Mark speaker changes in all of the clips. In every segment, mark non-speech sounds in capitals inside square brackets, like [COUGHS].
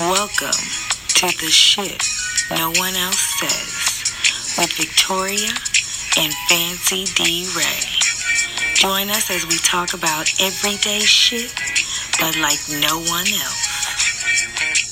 Speaker 1: Welcome to the shit no one else says with Victoria and Fancy D Ray. Join us as we talk about everyday shit, but like no one else.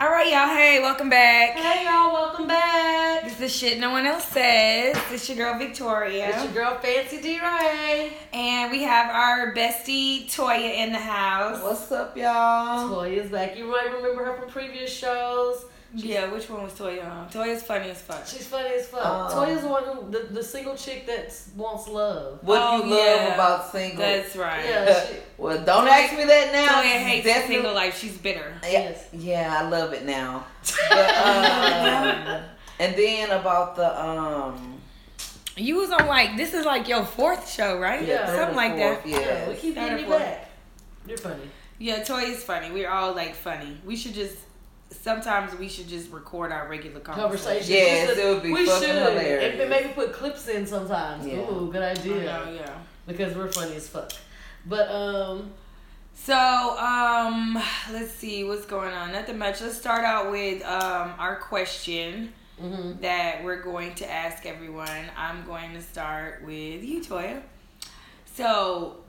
Speaker 2: All right, y'all. Hey, welcome back.
Speaker 3: Hey y'all, welcome back.
Speaker 2: This is the shit no one else says. It's your girl Victoria,
Speaker 3: It's your girl Fancy D Ray.
Speaker 2: and we have our bestie Toya in the house.
Speaker 4: What's up, y'all?
Speaker 3: Toya's back. You might remember her from previous shows.
Speaker 2: yeah, which one was Toya on? Toya's funny as fuck.
Speaker 3: She's funny as fuck.
Speaker 4: Oh.
Speaker 3: Toya's the one who the, the single chick that wants love.
Speaker 4: What
Speaker 2: Oh,
Speaker 4: you love
Speaker 2: yeah.
Speaker 4: about single?
Speaker 2: That's right.
Speaker 3: Yeah, she,
Speaker 4: [LAUGHS] well, don't ask me that now.
Speaker 2: Toya hates
Speaker 4: Definitely-
Speaker 2: single life. She's bitter.
Speaker 4: Yeah,
Speaker 3: Yes.
Speaker 4: yeah, I love it [LAUGHS] now. But, um, and then about the um,
Speaker 2: You was on like this is like your fourth show, right?
Speaker 3: Yeah.
Speaker 4: third
Speaker 2: something
Speaker 4: or
Speaker 2: like that.
Speaker 4: fourth, Yeah,
Speaker 3: yeah, we keep
Speaker 2: Better
Speaker 3: getting you
Speaker 2: boy.
Speaker 3: back. You're funny.
Speaker 2: Yeah, Toya's funny. We're all like funny. We should just sometimes we should just record our regular conversation.
Speaker 3: Conversation.
Speaker 4: Yes,
Speaker 3: Just
Speaker 4: it would be
Speaker 3: we
Speaker 4: fucking
Speaker 3: should.
Speaker 4: hilarious.
Speaker 3: And, and maybe put clips in sometimes.
Speaker 4: Yeah.
Speaker 3: Ooh, good
Speaker 2: I know,
Speaker 3: idea.
Speaker 2: yeah.
Speaker 3: Because we're funny as fuck. But um,
Speaker 2: So, um, let's see what's going on. Nothing much. Let's start out with um our question
Speaker 3: mhm.
Speaker 2: that we're going to ask everyone. I'm going to start with you, Toya. So,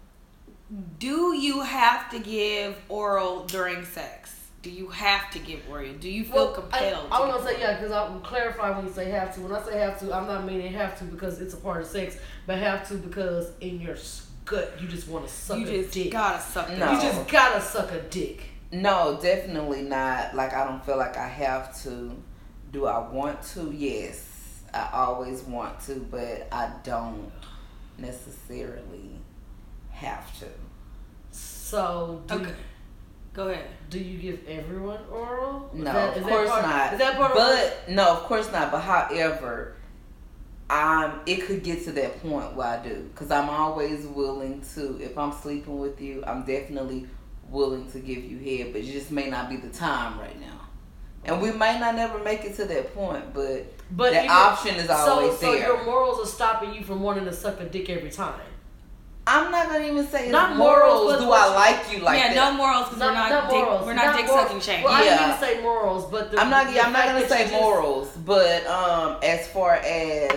Speaker 2: do you have to give oral during sex? Do you have to give oral? Do you feel compelled?
Speaker 3: I, I
Speaker 2: to
Speaker 3: want
Speaker 2: give
Speaker 3: to say
Speaker 2: oral?
Speaker 3: yeah, because I'm clarifying when you say have to. When I say have to, I'm not meaning have to because it's a part of sex, but have to because in your gut you just want to suck
Speaker 2: You
Speaker 3: a
Speaker 2: just
Speaker 3: dick.
Speaker 2: gotta suck.
Speaker 4: No.
Speaker 2: it.
Speaker 3: You just gotta suck a dick.
Speaker 4: no, definitely not. Like I don't feel like I have to. Do I want to? Yes, I always want to, but I don't necessarily have to.
Speaker 3: So do
Speaker 2: Okay. Go ahead.
Speaker 3: do you give everyone oral? Is
Speaker 4: No,
Speaker 3: that-
Speaker 4: of
Speaker 3: is that
Speaker 4: course
Speaker 3: part-
Speaker 4: not.
Speaker 3: Is that part of
Speaker 4: But no, of course not. But however, um, it could get to that point where I do, because I'm always willing to. If I'm sleeping with you, I'm definitely willing to give you head, but it just may not be the time right now. And we may not never make it to that point, but
Speaker 3: but
Speaker 4: that
Speaker 3: you-
Speaker 4: option is
Speaker 3: so,
Speaker 4: always
Speaker 3: so
Speaker 4: there.
Speaker 3: your morals are stopping you from wanting to suck a dick every time.
Speaker 4: I'm not gonna even say it's
Speaker 3: Not
Speaker 4: morals.
Speaker 3: morals, but
Speaker 4: do
Speaker 3: what
Speaker 4: I
Speaker 3: you-
Speaker 4: like you like
Speaker 2: yeah,
Speaker 4: that?
Speaker 2: no morals because we're not, dick, we're not, dick
Speaker 3: mor-
Speaker 2: sucking shame.
Speaker 3: Well, I
Speaker 4: Yeah.
Speaker 3: didn't even say morals, but the,
Speaker 4: I'm not.
Speaker 3: the
Speaker 4: I'm not
Speaker 3: fact
Speaker 4: gonna
Speaker 3: that you
Speaker 4: say
Speaker 3: just-
Speaker 4: morals, but um, as far as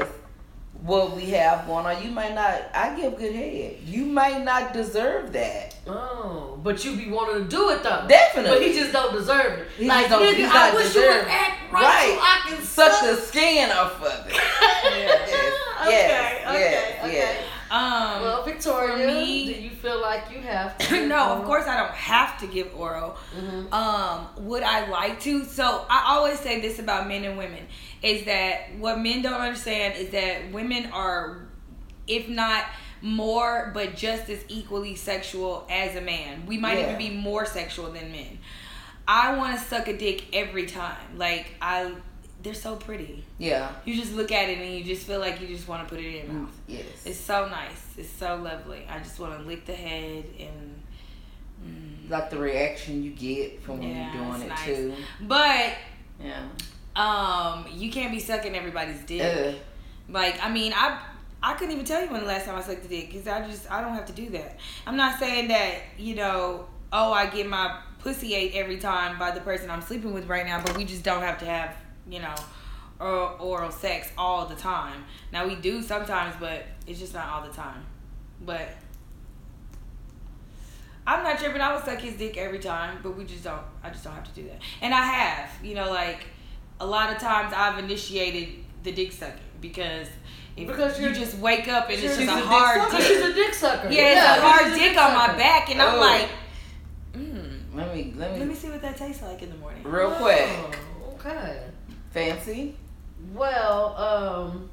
Speaker 4: what we have going on, you may not. I give good head. You may not deserve that.
Speaker 3: Oh, but you be wanting to do it though.
Speaker 4: Definitely.
Speaker 3: But he just don't deserve it.
Speaker 4: He
Speaker 3: like,
Speaker 4: just don't-
Speaker 3: nigga,
Speaker 4: he's
Speaker 3: I
Speaker 4: not
Speaker 3: wish you
Speaker 4: deserving.
Speaker 3: would act right,
Speaker 4: Right.
Speaker 3: so I can
Speaker 4: Suck
Speaker 3: suck [LAUGHS]
Speaker 4: the skin off of it.
Speaker 3: yes.
Speaker 4: Yes,
Speaker 3: okay,
Speaker 4: yes,
Speaker 3: okay,
Speaker 4: yes,
Speaker 3: okay.
Speaker 4: yes.
Speaker 2: Um,
Speaker 3: Well, Victoria,
Speaker 2: for me-
Speaker 3: do you feel like you have
Speaker 2: [COUGHS]
Speaker 3: to?
Speaker 2: no, of course I don't have to give oral.
Speaker 3: Mm-hmm.
Speaker 2: Um, would I like to? So I always say this about men and women is that what men don't understand is that women are, if not more, but just as equally sexual as a man. We might
Speaker 4: Yeah.
Speaker 2: even be more sexual than men. I want to suck a dick every time. Like I, they're so pretty.
Speaker 4: Yeah.
Speaker 2: You just look at it and you just feel like you just want to put it in your mouth. It's
Speaker 4: Yes.
Speaker 2: so nice. It's so lovely. I just want to lick the head and. Mm.
Speaker 4: Like the reaction you get from when
Speaker 2: Yeah,
Speaker 4: you're doing
Speaker 2: it's
Speaker 4: it
Speaker 2: nice.
Speaker 4: too.
Speaker 2: But
Speaker 4: Yeah.
Speaker 2: um, you can't be sucking everybody's dick.
Speaker 4: Ugh.
Speaker 2: Like I mean, I I couldn't even tell you when the last time I sucked a dick because I just I don't have to do that. I'm not saying that you know. Oh, I get my pussy ate every time by the person I'm sleeping with right now, but we just don't have to have you know. Or oral sex all the time. Now we do sometimes, but it's just not all the time. But I'm not tripping. I would suck his dick every time, but we just don't. I just don't have to do that. And I have, you know, like a lot of times I've initiated the dick sucking because if
Speaker 3: Because
Speaker 2: you
Speaker 3: you're-
Speaker 2: just wake up and it's
Speaker 3: you're-
Speaker 2: just a
Speaker 4: she's a dick
Speaker 2: hard
Speaker 4: sucker.
Speaker 3: Because
Speaker 2: dick.
Speaker 3: she's a dick sucker.
Speaker 2: Yeah, it's a hard
Speaker 3: she's
Speaker 2: dick
Speaker 3: dick
Speaker 2: on my
Speaker 3: sucker.
Speaker 2: back, and I'm
Speaker 4: Oh.
Speaker 2: like, mm,
Speaker 4: Let me. Let me.
Speaker 2: let me see what that tastes like in the morning.
Speaker 4: real quick.
Speaker 3: Oh, okay.
Speaker 4: Fancy.
Speaker 3: Well, um,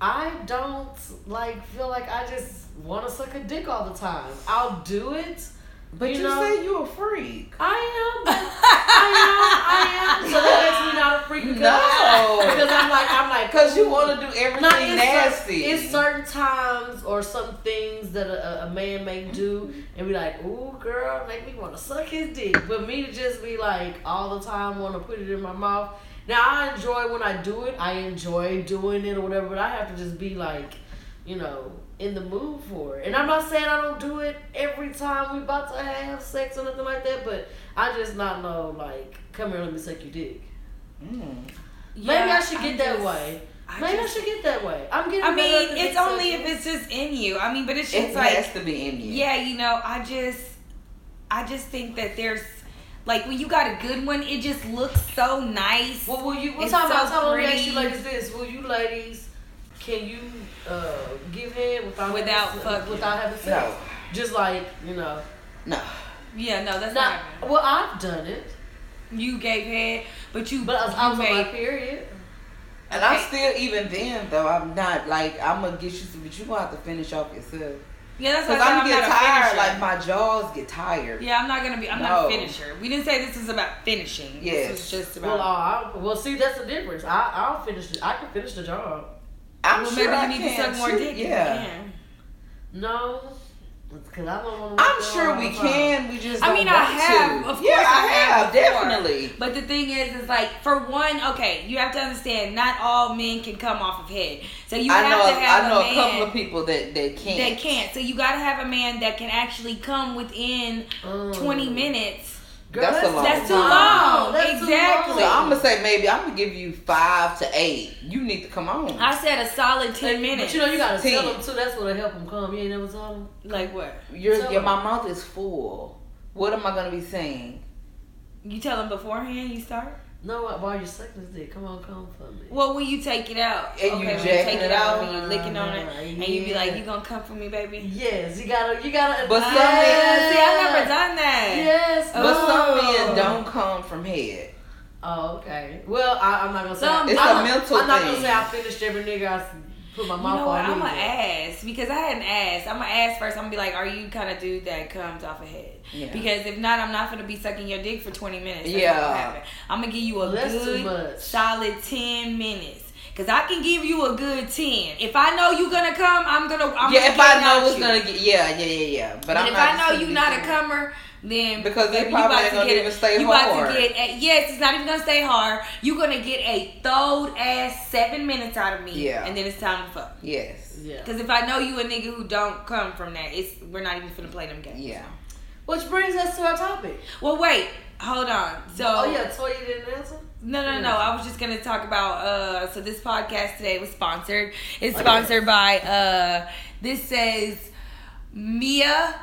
Speaker 3: I don't like feel like I just want to suck a dick all the time. I'll do it.
Speaker 4: But you,
Speaker 3: You know-
Speaker 4: say you're a freak.
Speaker 3: [LAUGHS] I am. I am. I am. So that makes me not a freak.
Speaker 4: No.
Speaker 3: because- because I'm like I'm like
Speaker 4: Because you want to do everything
Speaker 3: Not it's
Speaker 4: nasty.
Speaker 3: Certain, it's certain times or some things that a, a man may do and be like, ooh, girl, make me want to suck his dick. But me to just be like all the time want to put it in my mouth. Now, I enjoy when I do it. I enjoy doing it or whatever, but I have to just be like, you know, in the mood for it. And I'm not saying I don't do it every time we about to have sex or nothing like that, but I just not know, like, come here, let me suck your dick.
Speaker 4: Mm.
Speaker 3: Maybe
Speaker 2: Yeah,
Speaker 3: I should get that
Speaker 2: just-
Speaker 3: way.
Speaker 2: I
Speaker 3: Maybe
Speaker 2: just-
Speaker 3: I should get that way. I'm getting.
Speaker 2: I mean,
Speaker 3: better at the
Speaker 2: it's
Speaker 3: next
Speaker 2: only if
Speaker 3: session.
Speaker 2: it's just in you. I mean, but it's just
Speaker 4: It
Speaker 2: like
Speaker 4: has to be in you.
Speaker 2: yeah, you know, I just I just think that there's like when you got a good one, it just looks so nice.
Speaker 3: Well, will you? What
Speaker 2: It's
Speaker 3: time?
Speaker 2: so
Speaker 3: about time? Let me ask you,
Speaker 2: pretty.
Speaker 3: ladies, this: Will you, ladies, can you uh, give head without
Speaker 2: Without
Speaker 3: having, sex-
Speaker 2: fucking.
Speaker 3: without having sex?
Speaker 4: No.
Speaker 3: Just like you know.
Speaker 4: No.
Speaker 2: yeah, no, that's not.
Speaker 3: Not, well, I've done it,
Speaker 2: You gave head, but you
Speaker 3: but I was,
Speaker 2: you
Speaker 3: I was on my
Speaker 2: made-
Speaker 3: period.
Speaker 4: And I'm
Speaker 2: Okay.
Speaker 4: still even then though. I'm not like I'm gonna get you, some- but you gonna have to finish off yourself.
Speaker 2: yeah, that's
Speaker 4: Cause
Speaker 2: what I'm,
Speaker 4: I'm
Speaker 2: I'm
Speaker 4: get
Speaker 2: not
Speaker 4: tired.
Speaker 2: a finisher.
Speaker 4: Like my jaws get tired.
Speaker 2: yeah, I'm not gonna be. I'm not a
Speaker 4: No.
Speaker 2: finisher. We didn't say this is about finishing.
Speaker 4: Yes.
Speaker 2: This was just about.
Speaker 3: Well, I, well, see, that's the difference. I, I'll finish. it. I can finish the job.
Speaker 4: I'm
Speaker 2: well,
Speaker 4: sure
Speaker 2: maybe
Speaker 4: I
Speaker 2: you need to
Speaker 4: can
Speaker 2: suck more
Speaker 4: too.
Speaker 2: dick. if you
Speaker 4: Yeah.
Speaker 2: can.
Speaker 3: No, because I don't want to.
Speaker 4: I'm sure we can. We just.
Speaker 2: I
Speaker 4: don't
Speaker 2: mean, I
Speaker 4: want
Speaker 2: have.
Speaker 4: to.
Speaker 2: Of course,
Speaker 4: yeah,
Speaker 2: I have. before.
Speaker 4: definitely.
Speaker 2: But the thing is, is like for one, okay, you have to understand, not all men can come off of head. So you
Speaker 4: I
Speaker 2: have
Speaker 4: know.
Speaker 2: to have
Speaker 4: I know
Speaker 2: a
Speaker 4: a
Speaker 2: man
Speaker 4: couple of people that that can't.
Speaker 2: that can't. So you got to have a man that can actually come within
Speaker 3: Um,
Speaker 4: Mm.
Speaker 2: 20 minutes.
Speaker 3: Girl,
Speaker 4: That's a long
Speaker 2: That's too
Speaker 4: Wow.
Speaker 2: long.
Speaker 3: That's too
Speaker 2: exactly.
Speaker 4: So I'm gonna say maybe I'm gonna give you five to eight. You need to come on.
Speaker 2: I said a solid 10 minutes.
Speaker 3: But you know, you gotta tell
Speaker 4: Ten.
Speaker 3: them too. That's what'll help them come. You ain't never told them.
Speaker 2: like what?
Speaker 4: Your,
Speaker 3: So-
Speaker 4: your my mouth is full. What am I gonna be saying?
Speaker 2: You tell them beforehand you start?
Speaker 3: No, while you're sucking this dick, come on, come for me.
Speaker 2: Well, when you take it out.
Speaker 4: And you
Speaker 2: okay, when you
Speaker 4: jacking
Speaker 2: take
Speaker 4: it
Speaker 2: it out
Speaker 4: out.
Speaker 2: and you licking on it. And you be like,
Speaker 3: Yeah.
Speaker 2: you gonna come for me, baby?
Speaker 3: Yes, you gotta, you gotta.
Speaker 4: But
Speaker 2: Ah,
Speaker 4: some
Speaker 2: see,
Speaker 4: men-
Speaker 2: I've never done that.
Speaker 3: Yes,
Speaker 4: But
Speaker 3: no.
Speaker 4: some
Speaker 2: Oh.
Speaker 4: men don't come from head.
Speaker 3: Oh, okay. Well, I, I'm not gonna say.
Speaker 2: Some- It's
Speaker 4: a
Speaker 3: I'm not-
Speaker 4: mental
Speaker 3: I'm not gonna
Speaker 4: thing.
Speaker 3: say I finished every nigga I s- put my
Speaker 2: You
Speaker 3: mouth
Speaker 2: know what?
Speaker 3: on.
Speaker 2: I'm gonna
Speaker 3: either.
Speaker 2: ask because I hadn't asked. I'm gonna ask first. I'm gonna be like, "Are you kind of dude that comes off a head?"
Speaker 4: Yeah.
Speaker 2: Because if not, I'm not gonna be sucking your dick for 20 minutes. That's
Speaker 4: Yeah.
Speaker 2: not gonna happen. I'm gonna give you a
Speaker 3: That's too
Speaker 2: good,
Speaker 3: much.
Speaker 2: solid 10 minutes. Cause I can give you a good 10. If I know you gonna come, I'm gonna. I'm
Speaker 4: yeah,
Speaker 2: gonna
Speaker 4: if
Speaker 2: get
Speaker 4: I
Speaker 2: it
Speaker 4: know
Speaker 2: out
Speaker 4: it's
Speaker 2: you.
Speaker 4: gonna get yeah, yeah, yeah, yeah. But,
Speaker 2: But
Speaker 4: I'm
Speaker 2: if
Speaker 4: not
Speaker 2: I
Speaker 4: just
Speaker 2: know
Speaker 4: gonna
Speaker 2: you
Speaker 4: be
Speaker 2: not a
Speaker 4: doing-
Speaker 2: comer, then
Speaker 4: Because they
Speaker 2: baby,
Speaker 4: probably
Speaker 2: about
Speaker 4: ain't
Speaker 2: to
Speaker 4: gonna
Speaker 2: get
Speaker 4: even
Speaker 2: a-
Speaker 4: stay
Speaker 2: you about
Speaker 4: hard.
Speaker 2: to get a, yes, it's not even gonna stay hard. You're gonna get a thawed ass seven minutes out of me,
Speaker 4: Yeah.
Speaker 2: and then it's time to fuck.
Speaker 4: Yes.
Speaker 3: Yeah.
Speaker 2: Because if I know you a nigga who don't come from that, it's we're not even finna play them games.
Speaker 4: Yeah.
Speaker 3: Which brings us to our topic.
Speaker 2: Well, wait, hold on. So
Speaker 3: Oh, yeah, Toya didn't answer.
Speaker 2: no, no, no. I was just gonna talk about. Uh, so this podcast today was sponsored. It's
Speaker 3: Oh,
Speaker 2: sponsored by. Uh, this says Mia,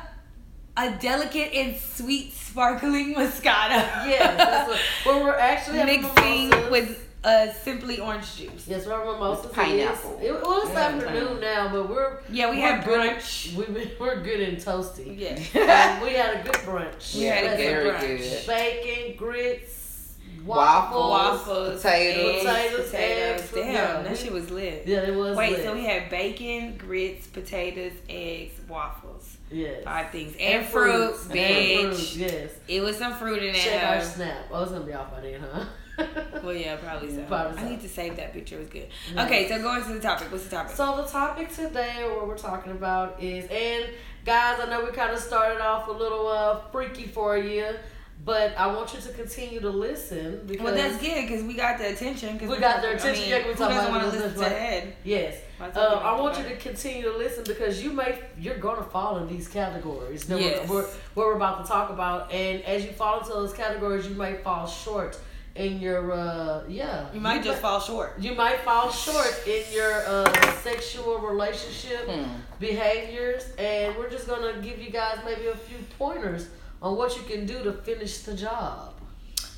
Speaker 2: a delicate and sweet sparkling Moscato.
Speaker 3: Yeah, that's what. Well, we're
Speaker 2: [LAUGHS]
Speaker 3: actually having
Speaker 2: mixing
Speaker 3: mimosas.
Speaker 2: with uh, simply orange juice.
Speaker 3: Yes, our mimosas.
Speaker 4: With pineapple.
Speaker 3: is- It, well, it's
Speaker 4: Mm.
Speaker 3: afternoon now, but we're
Speaker 2: Yeah, we
Speaker 3: we're
Speaker 2: had
Speaker 3: good-
Speaker 2: brunch.
Speaker 3: We've been, [LAUGHS] we're good and toasty. [LAUGHS]
Speaker 2: Yeah.
Speaker 3: And we had a good brunch.
Speaker 2: We had a
Speaker 3: Let's
Speaker 2: good
Speaker 4: very
Speaker 2: brunch.
Speaker 4: good.
Speaker 3: bacon, grits,
Speaker 4: Waffles.
Speaker 3: waffles.
Speaker 2: Waffles,
Speaker 4: potatoes.
Speaker 2: eggs,
Speaker 3: Potatoes, eggs,
Speaker 2: potatoes. Damn,
Speaker 3: yeah.
Speaker 2: that shit was lit.
Speaker 3: Yeah, it was.
Speaker 2: Wait,
Speaker 3: lit.
Speaker 2: so we had bacon, grits, potatoes, eggs, waffles.
Speaker 3: yes.
Speaker 2: Five things. And, fruit,
Speaker 3: fruits,
Speaker 2: bitch. uh,
Speaker 3: And fruits, yes.
Speaker 2: It was some fruit in
Speaker 3: Check our
Speaker 2: there.
Speaker 3: snap. Oh, it's gonna be off by then, huh? [LAUGHS]
Speaker 2: Well, yeah, probably so.
Speaker 3: Probably so.
Speaker 2: I need to save that picture. It was good.
Speaker 3: Yeah.
Speaker 2: Okay, so going to the topic. What's the topic?
Speaker 3: so the topic today, or what we're talking about, is and guys, I know we kind of started off a little uh freaky for you, but I want you to continue to listen because
Speaker 2: well, that's good because we got the attention. 'cause
Speaker 3: We got their attention,
Speaker 2: I mean,
Speaker 3: yeah, we
Speaker 2: who
Speaker 3: talking
Speaker 2: doesn't
Speaker 3: about
Speaker 2: want to
Speaker 3: this
Speaker 2: listen to
Speaker 3: much.
Speaker 2: head?
Speaker 3: yes.
Speaker 2: Why talk
Speaker 3: Uh,
Speaker 2: about
Speaker 3: I want you
Speaker 2: it?
Speaker 3: to continue to listen because you may you're gonna fall in these categories that
Speaker 2: Yes.
Speaker 3: we're, we're, what we're about to talk about, and as you fall into those categories, you might fall short in your uh yeah.
Speaker 2: You might just fall short.
Speaker 3: you might fall short in your uh, sexual relationship
Speaker 4: Hmm.
Speaker 3: behaviors, and we're just gonna give you guys maybe a few pointers on what you can do to finish the job.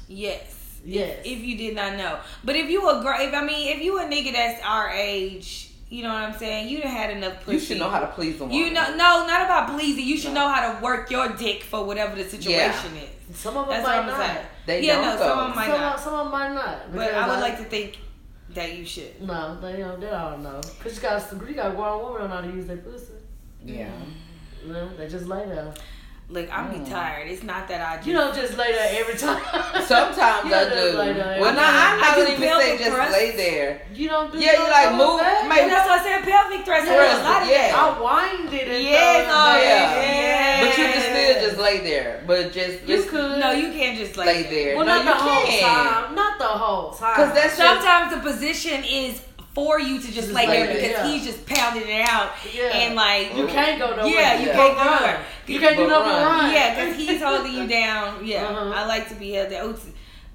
Speaker 2: Yes.
Speaker 3: Yes.
Speaker 2: if you did not know. But if you a girl, if I mean, if you a nigga that's our age, you know what I'm saying. You done had enough pussy.
Speaker 4: [LAUGHS] You should know how to please them.
Speaker 2: You know, no, not about pleasing. You should know how to work your dick for whatever the situation is.
Speaker 3: some of them
Speaker 2: That's
Speaker 3: might
Speaker 2: what I'm
Speaker 3: not.
Speaker 2: saying.
Speaker 4: They
Speaker 2: yeah,
Speaker 4: don't
Speaker 2: no, some
Speaker 4: though.
Speaker 2: of 'em might
Speaker 3: some,
Speaker 2: not.
Speaker 3: some of them might not.
Speaker 2: But I would like to think that you should.
Speaker 3: No, they don't. They don't know. Cause you got you got one woman on how to use their pussy.
Speaker 4: Yeah.
Speaker 3: No, they just lay there.
Speaker 2: Look, I'm be
Speaker 4: Mm.
Speaker 2: tired. It's not that I. Just,
Speaker 3: You don't just lay there every time.
Speaker 4: Sometimes
Speaker 3: You
Speaker 4: I
Speaker 3: Shut up,
Speaker 4: do.
Speaker 3: like that.
Speaker 4: Well, no, I'm
Speaker 2: I
Speaker 4: not
Speaker 2: do
Speaker 4: gonna even
Speaker 2: pelvic
Speaker 4: say just
Speaker 2: thrusts.
Speaker 4: lay there.
Speaker 3: [LAUGHS] You don't do
Speaker 4: Yeah, you
Speaker 3: those
Speaker 4: like
Speaker 3: little
Speaker 4: move,
Speaker 3: things?
Speaker 4: make-
Speaker 2: And that's why I said pelvic thrusts.
Speaker 4: Yeah,
Speaker 2: Yeah, a lot of
Speaker 4: yeah.
Speaker 2: yeah.
Speaker 3: I winded it.
Speaker 2: Yes, oh,
Speaker 4: Yeah.
Speaker 2: yeah.
Speaker 4: But you can still just lay there. But just
Speaker 3: You
Speaker 4: just
Speaker 3: could.
Speaker 2: No, you can't just like.
Speaker 4: lay there.
Speaker 3: Well,
Speaker 4: no,
Speaker 3: not
Speaker 4: you
Speaker 3: the whole
Speaker 4: can.
Speaker 3: time. Not the whole time.
Speaker 4: 'Cause that's
Speaker 2: Sometimes the position is for you to just lay
Speaker 4: lay
Speaker 2: there
Speaker 4: there, Mm.
Speaker 2: because
Speaker 3: yeah.
Speaker 2: he's just pounding it out
Speaker 3: Yeah.
Speaker 2: and like
Speaker 3: you can't go nowhere.
Speaker 2: Yeah, you
Speaker 3: But
Speaker 2: can't go
Speaker 3: run.
Speaker 2: nowhere.
Speaker 3: You can't do
Speaker 4: But
Speaker 3: nothing.
Speaker 4: run.
Speaker 3: Run.
Speaker 2: Yeah, because he's holding you down. Yeah,
Speaker 3: Uh-huh.
Speaker 2: I like to be held down. Oops.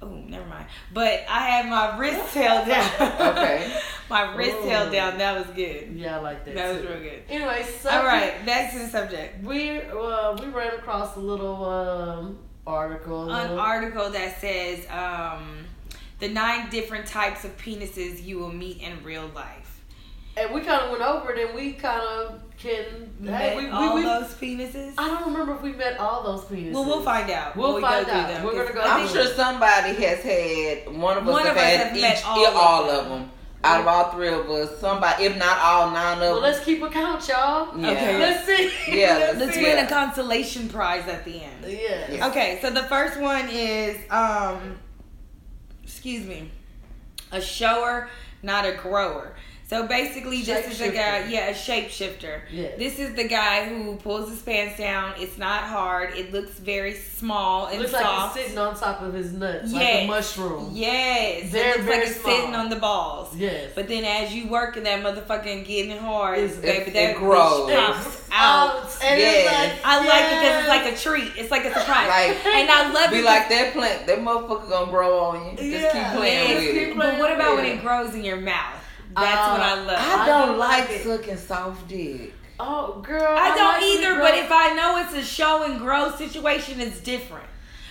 Speaker 2: Oh, never mind. But I had my wrist held down.
Speaker 4: Okay.
Speaker 2: [LAUGHS] my wrist
Speaker 3: Ooh.
Speaker 2: held down. That was good.
Speaker 3: Yeah, I like that.
Speaker 2: That
Speaker 3: too.
Speaker 2: was real good.
Speaker 3: Anyway, so
Speaker 2: All right, back to the subject.
Speaker 3: we uh, we ran across a little um, article. a
Speaker 2: An
Speaker 3: little-
Speaker 2: article that says um, the nine different types of penises you will meet in real life.
Speaker 3: and we kind of went over it, and we kind of can. Hey,
Speaker 2: Met
Speaker 3: we, we,
Speaker 2: all
Speaker 3: we,
Speaker 2: those penises.
Speaker 3: I don't remember if we met all those penises.
Speaker 2: Well, we'll find out.
Speaker 3: We'll
Speaker 2: when we
Speaker 3: find
Speaker 2: go through
Speaker 3: out.
Speaker 2: Them,
Speaker 3: We're gonna
Speaker 2: 'cause
Speaker 3: go
Speaker 2: I
Speaker 4: I'm
Speaker 3: through
Speaker 2: think-
Speaker 4: sure somebody has had one of us
Speaker 2: One
Speaker 4: have
Speaker 2: of us
Speaker 4: had
Speaker 2: have met
Speaker 4: each
Speaker 2: all
Speaker 4: all,
Speaker 2: of
Speaker 4: all
Speaker 2: them.
Speaker 4: of them. Out of all three of us, somebody, if not all nine of
Speaker 3: Well,
Speaker 4: them.
Speaker 3: let's keep a count, y'all.
Speaker 4: Yeah.
Speaker 2: Okay.
Speaker 3: Let's see. [LAUGHS]
Speaker 4: Yeah,
Speaker 3: Let's
Speaker 2: Let's
Speaker 3: see.
Speaker 2: win
Speaker 4: Yeah.
Speaker 2: a consolation prize at the end.
Speaker 3: Yeah.
Speaker 4: Yeah.
Speaker 2: Okay, so the first one is um excuse me. A shower, not a grower. So basically this is a guy,
Speaker 3: Shapeshifter.
Speaker 2: yeah, a shapeshifter.
Speaker 3: Yeah.
Speaker 2: This is the guy who pulls his pants down. It's not hard. It looks very small and
Speaker 3: Looks like
Speaker 2: soft.
Speaker 3: he's sitting on top of his nuts, like
Speaker 2: Yes.
Speaker 3: a mushroom.
Speaker 2: yes.
Speaker 3: They're
Speaker 2: it looks
Speaker 3: very
Speaker 2: like it's sitting
Speaker 3: small.
Speaker 2: on the balls.
Speaker 3: Yes.
Speaker 2: But then as you work in that motherfucking getting hard,
Speaker 3: It's-
Speaker 2: baby,
Speaker 4: it-
Speaker 2: that
Speaker 4: it
Speaker 2: bitch
Speaker 4: grows.
Speaker 2: pops out.
Speaker 3: Oh, And
Speaker 4: Yes.
Speaker 3: it's like,
Speaker 2: I like it because
Speaker 3: yes.
Speaker 2: it's like a treat. It's like a surprise.
Speaker 4: Like,
Speaker 2: and I love
Speaker 4: be
Speaker 2: it
Speaker 4: like that plant, that motherfucker gonna grow on you. Just
Speaker 3: Yeah.
Speaker 4: keep playing
Speaker 2: Yes.
Speaker 4: with it.
Speaker 2: But what about when
Speaker 4: Yeah.
Speaker 2: it grows in your mouth? That's
Speaker 3: Uh,
Speaker 2: what I love.
Speaker 4: I
Speaker 2: I,
Speaker 3: I
Speaker 4: don't like
Speaker 3: like it.
Speaker 4: sucking soft dick.
Speaker 3: oh girl.
Speaker 2: don't
Speaker 3: like
Speaker 2: either,
Speaker 3: it,
Speaker 2: but
Speaker 3: girl.
Speaker 2: if I know it's a show and grow situation, it's different.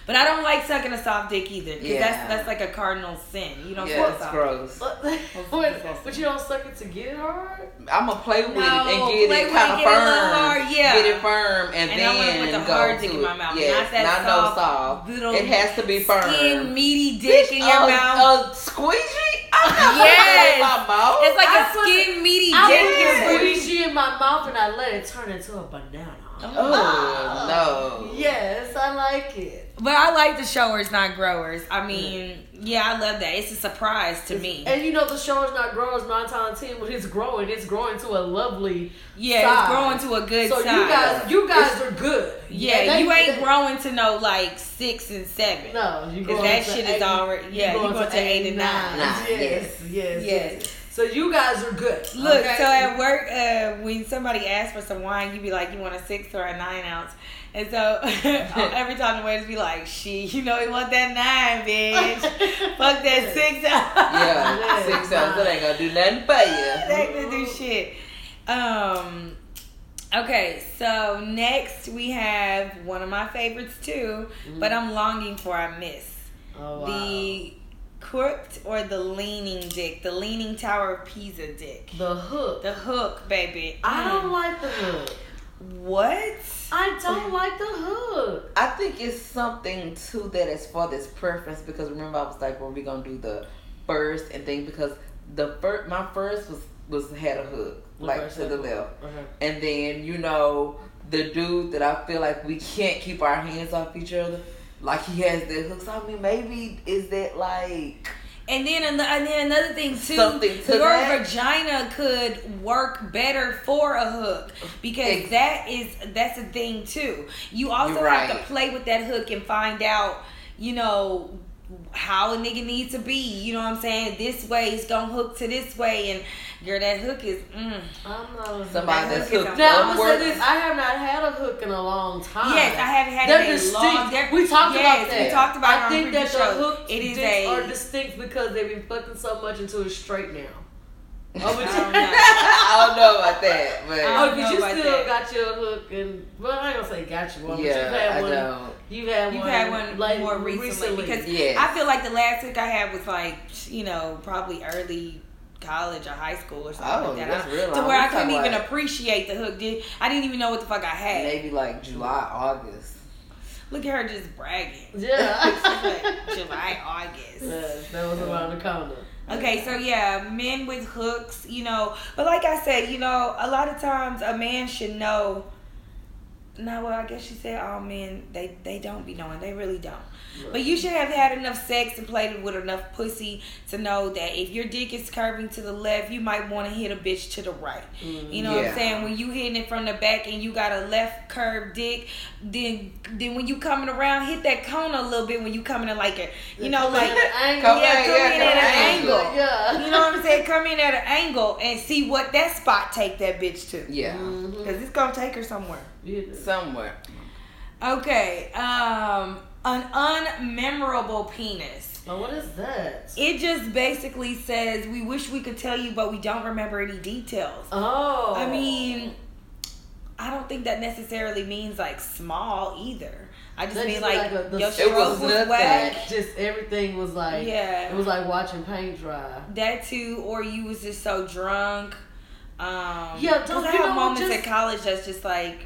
Speaker 2: But I don't like sucking a soft dick either. 'cause
Speaker 4: Yeah.
Speaker 2: that's that's like a cardinal sin. You don't
Speaker 4: Yeah,
Speaker 2: suck a
Speaker 4: it's
Speaker 2: soft
Speaker 4: gross.
Speaker 3: But,
Speaker 2: disgusting.
Speaker 3: [LAUGHS] but, you don't suck it to get hard.
Speaker 4: I'ma play with it
Speaker 2: No,
Speaker 4: and get
Speaker 2: play
Speaker 4: it
Speaker 2: with it,
Speaker 4: kind of
Speaker 2: get it a little
Speaker 4: firm.
Speaker 2: hard, yeah.
Speaker 4: Get it firm and,
Speaker 2: And I want it
Speaker 4: then
Speaker 2: with the
Speaker 4: go
Speaker 2: hard
Speaker 4: to
Speaker 2: dick in
Speaker 4: it.
Speaker 2: my mouth,
Speaker 4: Yes,
Speaker 2: not that
Speaker 4: not
Speaker 2: soft,
Speaker 4: no soft.
Speaker 2: little
Speaker 4: It has to be firm.
Speaker 2: Skin meaty dick in your
Speaker 4: a,
Speaker 2: mouth.
Speaker 4: A squeegee? I'm not
Speaker 2: Yes.
Speaker 4: yes. my mouth.
Speaker 2: it's like
Speaker 3: I
Speaker 2: a
Speaker 3: put-
Speaker 2: skin meaty dick.
Speaker 3: I put
Speaker 2: in
Speaker 3: a
Speaker 2: your-
Speaker 3: squeegee in my mouth and I let it turn into a banana.
Speaker 2: [LAUGHS]
Speaker 4: oh no.
Speaker 3: Yes, I like it.
Speaker 2: But I like the showers, not growers. I mean, yeah, I love that. It's a surprise to me.
Speaker 3: And you know the show is not growers nine times ten. When it's growing, it's growing to a lovely.
Speaker 2: Yeah,
Speaker 3: size.
Speaker 2: it's growing to a good
Speaker 3: so
Speaker 2: size.
Speaker 3: you guys, you guys are good.
Speaker 2: Yeah,
Speaker 3: they-
Speaker 2: you ain't
Speaker 3: they-
Speaker 2: growing to no like six and seven.
Speaker 3: No, you
Speaker 2: Because
Speaker 3: going
Speaker 2: that
Speaker 3: to
Speaker 2: shit
Speaker 3: eight,
Speaker 2: is already yeah. You going, to eight and nine?
Speaker 4: Nine,
Speaker 3: Yes, yes,
Speaker 2: Yes.
Speaker 3: yes. So you guys are good.
Speaker 2: Look,
Speaker 3: okay?
Speaker 2: so at work, uh, when somebody asks for some wine, you be like, you want a six or a nine ounce. And so [LAUGHS] every time the waiters be like, she, you know, you want that nine, bitch.
Speaker 3: [LAUGHS]
Speaker 2: Fuck that six ounce.
Speaker 4: Yeah, six ounces. That ain't gonna do nothing
Speaker 2: [LAUGHS]
Speaker 4: for you.
Speaker 2: That could do shit. Um, okay, so next we have one of my favorites too, but I'm longing for I miss.
Speaker 3: Mm. oh, wow.
Speaker 2: the crooked or the leaning dick, the leaning tower of Pisa dick,
Speaker 3: the hook.
Speaker 2: the hook, baby. Mm.
Speaker 3: I don't like the hook.
Speaker 2: What?
Speaker 3: I don't like the hook.
Speaker 4: I think it's something too that as far as preference because remember I was like, well, we gonna do the first and thing because the first my first was was had a hook
Speaker 3: The
Speaker 4: like
Speaker 3: first
Speaker 4: to the
Speaker 3: hook.
Speaker 4: left. And then, you know, the dude that I feel like we can't keep our hands off each other, like he has that hook. So, I mean, maybe is that like.
Speaker 2: And then an- and then another thing too,
Speaker 4: Something to
Speaker 2: your
Speaker 4: that.
Speaker 2: vagina could work better for a hook because
Speaker 4: Ex-
Speaker 2: that is that's a thing too. You also
Speaker 4: You're
Speaker 2: have
Speaker 4: right.
Speaker 2: to play with that hook and find out, you know. How a nigga needs to be, you know what I'm saying? This way it's gonna hook to this way, and girl, that hook is mm,
Speaker 3: I'm not a
Speaker 2: That
Speaker 4: Somebody that's
Speaker 2: hook is
Speaker 4: hooked
Speaker 3: Now I'm gonna say
Speaker 4: upward.
Speaker 3: this: I have not had a hook in a long time.
Speaker 2: Yes, I have had
Speaker 3: They're
Speaker 2: it a
Speaker 3: distinct.
Speaker 2: long. they're-
Speaker 3: we talked
Speaker 2: yes,
Speaker 3: about that.
Speaker 2: We talked about. it
Speaker 3: I
Speaker 2: on
Speaker 3: think that
Speaker 2: previous
Speaker 3: the
Speaker 2: shows.
Speaker 3: hook
Speaker 2: It is
Speaker 3: dicks
Speaker 2: a.
Speaker 3: are distinct because they've been fucking so much until it's straight now.
Speaker 4: [LAUGHS]
Speaker 3: Oh, but
Speaker 2: I
Speaker 3: you,
Speaker 2: don't know.
Speaker 4: I don't know about that,
Speaker 2: I
Speaker 4: but.
Speaker 3: oh,
Speaker 2: don't
Speaker 3: but
Speaker 2: know
Speaker 3: you
Speaker 2: about
Speaker 3: still
Speaker 2: that.
Speaker 3: got your hook, and well, I ain't gonna say got you one, but you've
Speaker 4: yeah,
Speaker 3: had
Speaker 4: I
Speaker 3: one.
Speaker 4: don't.
Speaker 3: You've had
Speaker 2: You've
Speaker 3: one.
Speaker 2: had one
Speaker 3: like,
Speaker 2: more recently, because
Speaker 4: Yes.
Speaker 2: I feel like the last hook I had was like you know probably early college or high school or something
Speaker 4: Oh,
Speaker 2: like that.
Speaker 4: that's
Speaker 2: I-
Speaker 4: real
Speaker 2: To
Speaker 4: long.
Speaker 2: where
Speaker 4: We
Speaker 2: I couldn't
Speaker 4: talking
Speaker 2: even
Speaker 4: like-
Speaker 2: appreciate the hook. Did I didn't even know what the fuck I had.
Speaker 4: Maybe like July, August.
Speaker 2: Look at her just
Speaker 3: [LAUGHS]
Speaker 2: bragging.
Speaker 3: [LAUGHS] yeah,
Speaker 2: Like, [LAUGHS] July, August.
Speaker 3: Yeah, that was around the corner.
Speaker 2: Okay, so yeah, men with hooks, you know, but like I said, you know, a lot of times a man should know No, well, I guess you said all men they they don't be knowing. They really don't. But you should have had enough sex and played with enough pussy to know that if your dick is curving to the left, you might want to hit a bitch to the right.
Speaker 3: Mm-hmm.
Speaker 2: You know what
Speaker 4: Yeah.
Speaker 2: I'm saying? When you hitting it from the back and you got a left curved dick, then then when you coming around, hit that cone a little bit when you coming in like a you know like
Speaker 4: Come
Speaker 3: angle.
Speaker 2: yeah,
Speaker 4: in,
Speaker 2: come
Speaker 4: yeah,
Speaker 2: in
Speaker 4: come
Speaker 2: at
Speaker 4: in.
Speaker 2: an angle.
Speaker 3: Yeah.
Speaker 2: You know what I'm saying? Come in at an angle and see what that spot take that bitch to.
Speaker 4: Yeah.
Speaker 3: Mm-hmm.
Speaker 2: Cause it's gonna take her somewhere.
Speaker 3: Mhm.
Speaker 4: Somewhere.
Speaker 2: Okay, um, an unmemorable penis.
Speaker 3: But what is that?
Speaker 2: It just basically says we wish we could tell you, but we don't remember any details.
Speaker 3: Oh.
Speaker 2: I mean, I don't think that necessarily means like small either. I just
Speaker 3: That
Speaker 2: mean
Speaker 3: just
Speaker 2: like,
Speaker 3: like a- the-
Speaker 2: your
Speaker 3: It
Speaker 2: stroke
Speaker 4: was
Speaker 2: was,
Speaker 4: nothing.
Speaker 2: whack.
Speaker 3: Like, just everything was like
Speaker 2: Yeah.
Speaker 3: it was like watching paint dry.
Speaker 2: That too, or you was just so drunk. Um,
Speaker 3: Yeah,
Speaker 2: 'cause
Speaker 3: don't-
Speaker 2: I
Speaker 3: you
Speaker 2: have
Speaker 3: know,
Speaker 2: moments
Speaker 3: just-
Speaker 2: at college that's just like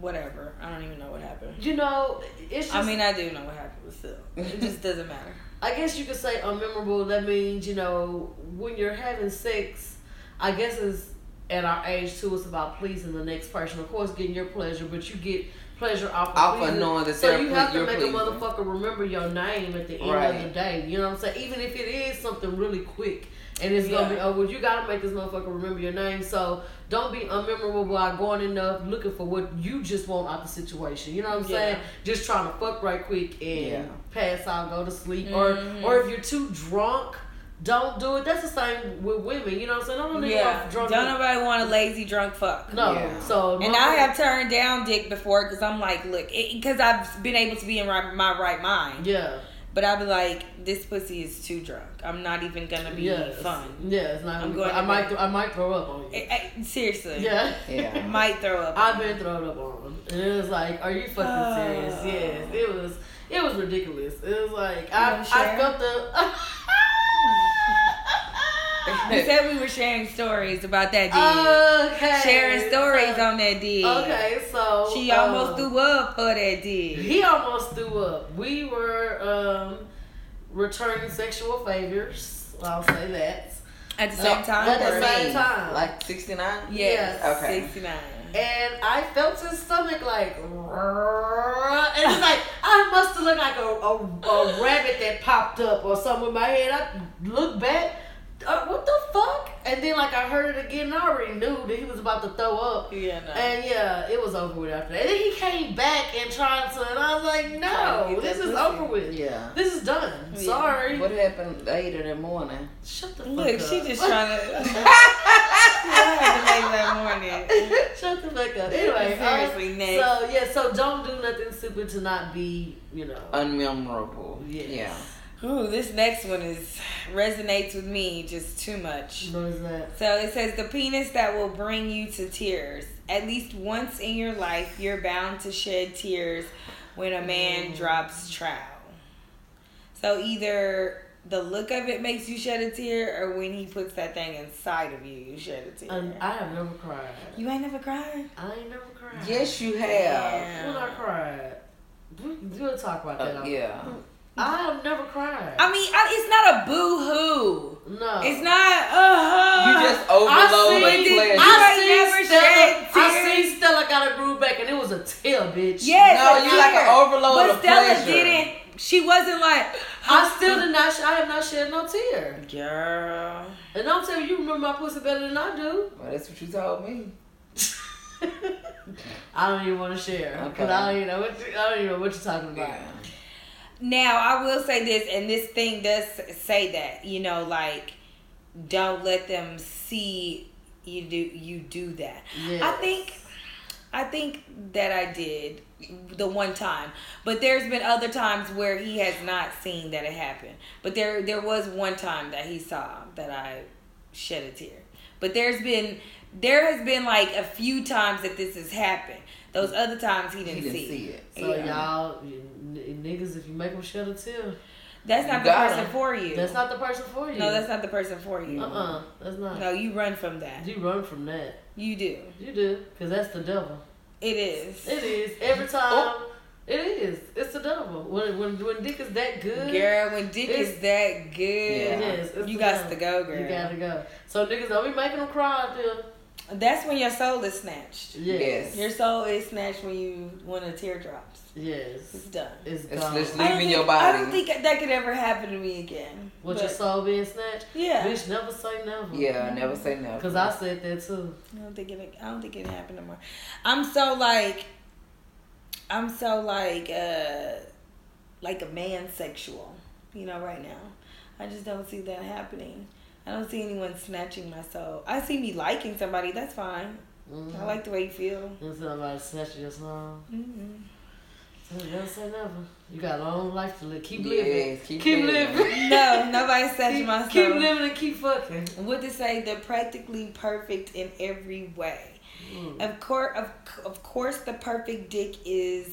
Speaker 2: whatever. I don't even know what happened.
Speaker 3: You know, it's just
Speaker 2: I mean, I do know what happened, but still, it
Speaker 3: [LAUGHS]
Speaker 2: just doesn't matter.
Speaker 3: I guess you could say unmemorable. That means you know when you're having sex. I guess is at our age too. It's about pleasing the next person. Of course, getting your pleasure, but you get pleasure off of,
Speaker 4: Off of
Speaker 3: pleasing.
Speaker 4: knowing that
Speaker 3: So
Speaker 4: they're
Speaker 3: you
Speaker 4: ple-
Speaker 3: have to
Speaker 4: you're
Speaker 3: make
Speaker 4: pleasing.
Speaker 3: a motherfucker remember your name at the end of the
Speaker 4: Right.
Speaker 3: day. You know what I'm saying? Even if it is something really quick and it's gonna be
Speaker 2: Yeah.
Speaker 3: over, you gotta make this motherfucker remember your name. So don't be unmemorable by going enough looking for what you just want out the situation. You know what I'm
Speaker 2: Yeah.
Speaker 3: saying? Just trying to fuck right quick and
Speaker 4: Yeah.
Speaker 3: pass out, go to sleep,
Speaker 2: Mhm.
Speaker 3: or or if you're too drunk, don't do it. That's the same with women. You know what I'm saying? I don't even know
Speaker 2: Yeah,
Speaker 3: if
Speaker 2: don't
Speaker 3: drunk.
Speaker 2: nobody want a lazy drunk fuck.
Speaker 3: no.
Speaker 4: Yeah.
Speaker 3: So
Speaker 2: And I have turned down dick before because I'm like, look, because I've been able to be in my, my right mind.
Speaker 3: yeah
Speaker 2: But I'll be like, this pussy is too drunk. I'm not even gonna be
Speaker 3: yeah
Speaker 2: fun.
Speaker 3: Yeah, it's not.
Speaker 2: I'm
Speaker 3: gonna be
Speaker 2: going
Speaker 3: fun. I
Speaker 2: to
Speaker 3: might
Speaker 2: bed.
Speaker 3: th- I might throw up on you.
Speaker 2: I- I- seriously,
Speaker 3: Yeah.
Speaker 4: Yeah.
Speaker 2: might throw up.
Speaker 3: [LAUGHS] I've been thrown up on, and it was like, "Are you fucking serious?"
Speaker 2: Oh.
Speaker 3: Yes, it was. It was ridiculous. It was like
Speaker 2: You
Speaker 3: I,
Speaker 2: wanna share?
Speaker 3: I felt [LAUGHS] the.
Speaker 2: You said we were sharing stories about that dick.
Speaker 3: Uh, okay.
Speaker 2: sharing stories
Speaker 3: So-
Speaker 2: on that dick.
Speaker 3: Okay, so
Speaker 2: She
Speaker 3: um,
Speaker 2: almost threw up for that dick.
Speaker 3: He almost threw up. We were um, returning sexual favors. I'll say that.
Speaker 2: At the same time,
Speaker 3: at the
Speaker 2: or-
Speaker 3: same time.
Speaker 4: Like 69?
Speaker 2: yes,
Speaker 4: Yes. Okay.
Speaker 2: sixty nine.
Speaker 3: And I felt his stomach like, and it's like I must have looked like a, a, a rabbit that popped up or something with my head. I looked back, uh, what the fuck? And then like I heard it again. And I already knew that he was about to throw up.
Speaker 2: Yeah, no.
Speaker 3: And yeah, it was over with after that. And then he came back and tried to, and I was like,
Speaker 2: Trying to
Speaker 3: no,
Speaker 2: get
Speaker 3: this
Speaker 2: that
Speaker 3: is
Speaker 2: pussy.
Speaker 3: over with.
Speaker 4: Yeah.
Speaker 3: This is done.
Speaker 2: Yeah.
Speaker 3: Sorry.
Speaker 4: What happened later that morning?
Speaker 3: Shut the fuck
Speaker 2: Look,
Speaker 3: up.
Speaker 2: she just
Speaker 3: [LAUGHS]
Speaker 2: trying to. [LAUGHS] She had to make that morning.
Speaker 3: Shut the fuck up. Anyway,
Speaker 2: Seriously,
Speaker 3: uh,
Speaker 2: next.
Speaker 3: So yeah, so don't do nothing stupid to not be, you
Speaker 4: Uh,
Speaker 3: know.
Speaker 4: Unmemorable.
Speaker 3: Yes.
Speaker 4: Yeah.
Speaker 2: Ooh, this next one is resonates with me just too much.
Speaker 3: What is that?
Speaker 2: So it says the penis that will bring you to tears. At least once in your life, you're bound to shed tears when a man
Speaker 4: Mm.
Speaker 2: drops trowel. So either the look of it makes you shed a tear, or when he puts that thing inside of you, you shed a tear.
Speaker 3: Um, I have never cried.
Speaker 2: you ain't never cried.
Speaker 3: I ain't never cried.
Speaker 4: Yes, you have.
Speaker 3: When I cried, we, we'll talk about that.
Speaker 4: Uh, yeah.
Speaker 3: I have never cried.
Speaker 2: I mean, I, it's not a boo hoo.
Speaker 3: no.
Speaker 2: It's not. Uh huh.
Speaker 4: Oh. You just overload
Speaker 3: I
Speaker 4: the
Speaker 3: seen,
Speaker 4: pleasure.
Speaker 2: I
Speaker 3: I,
Speaker 2: never
Speaker 3: seen Stella,
Speaker 2: shed
Speaker 3: I
Speaker 2: tears.
Speaker 3: seen Stella got a groove back and it was a tail, bitch.
Speaker 2: Yes,
Speaker 4: No,
Speaker 2: a
Speaker 4: you like an
Speaker 2: tear.
Speaker 4: overload
Speaker 2: But
Speaker 4: of
Speaker 2: Stella
Speaker 4: pleasure.
Speaker 2: didn't. She wasn't like.
Speaker 3: I still did not, sh- I have not shed no tear.
Speaker 2: Girl.
Speaker 3: And don't tell me you remember my pussy better than I do.
Speaker 4: Well, that's what you told me.
Speaker 3: I don't even want to share 'cause
Speaker 4: Okay.
Speaker 3: I don't even know what you, I don't even know what you're talking about.
Speaker 4: Yeah.
Speaker 2: Now I will say this, and this thing does say that you know, like, don't let them see you do you do that. I
Speaker 3: Yes.
Speaker 2: think, I think that I did the one time, but there's been other times where he has not seen that it happened. But there there was one time that he saw that I shed a tear. But there's been there has been like a few times that this has happened. Those other times he didn't,
Speaker 4: He didn't
Speaker 2: see.
Speaker 4: see it.
Speaker 3: So
Speaker 2: Yeah.
Speaker 3: y'all n- n- niggas, if you make them shed a tear,
Speaker 2: That's
Speaker 4: You
Speaker 2: not the
Speaker 4: gotta.
Speaker 2: person for you.
Speaker 3: that's not the person for you.
Speaker 2: No, that's not the person for you.
Speaker 3: uh uh that's not.
Speaker 2: No, you run from that.
Speaker 3: You run from that.
Speaker 2: You do.
Speaker 3: You do, cause that's the devil.
Speaker 2: It is.
Speaker 3: It is every
Speaker 2: Oh.
Speaker 3: time. It is. It's the devil. When when when dick is that good,
Speaker 2: Girl, when dick
Speaker 3: It's-
Speaker 2: is that good,
Speaker 3: it is. It's
Speaker 2: you
Speaker 3: the
Speaker 2: got to
Speaker 3: devil.
Speaker 2: go, girl.
Speaker 3: You gotta go. So niggas don't be making them cry out there.
Speaker 2: That's when your soul is snatched.
Speaker 3: Yes.
Speaker 2: Your soul is snatched when you when a tear drops.
Speaker 3: Yes.
Speaker 2: It's done.
Speaker 3: It's
Speaker 4: It's
Speaker 3: gone.
Speaker 4: literally-
Speaker 2: I don't
Speaker 4: Leaving
Speaker 2: think-
Speaker 4: your body.
Speaker 2: I don't think that could ever happen to me again.
Speaker 3: With
Speaker 2: But-
Speaker 3: your soul being snatched?
Speaker 2: Yeah.
Speaker 3: Bitch, never say never.
Speaker 4: Yeah, never say never.
Speaker 3: Because I said that too.
Speaker 2: I don't think it. I don't think it happened no more. I'm so like. I'm so like uh, like a man sexual, you know. Right now, I just don't see that happening. I don't see anyone snatching my soul. I see me liking somebody. That's fine.
Speaker 3: Mm-hmm.
Speaker 2: I like the way you feel. Mm-hmm.
Speaker 3: And somebody snatching your song. [LAUGHS]
Speaker 2: Mm-mm.
Speaker 3: So Never say never. You got a long life to live. Keep living.
Speaker 4: Yes, keep,
Speaker 3: Keep
Speaker 4: living.
Speaker 3: living.
Speaker 2: No, nobody snatched
Speaker 3: [LAUGHS] Keep,
Speaker 2: my soul.
Speaker 3: keep living and keep fucking.
Speaker 2: What to say? They're practically perfect in every way.
Speaker 3: Mm.
Speaker 2: Of course, of, of course, the perfect dick is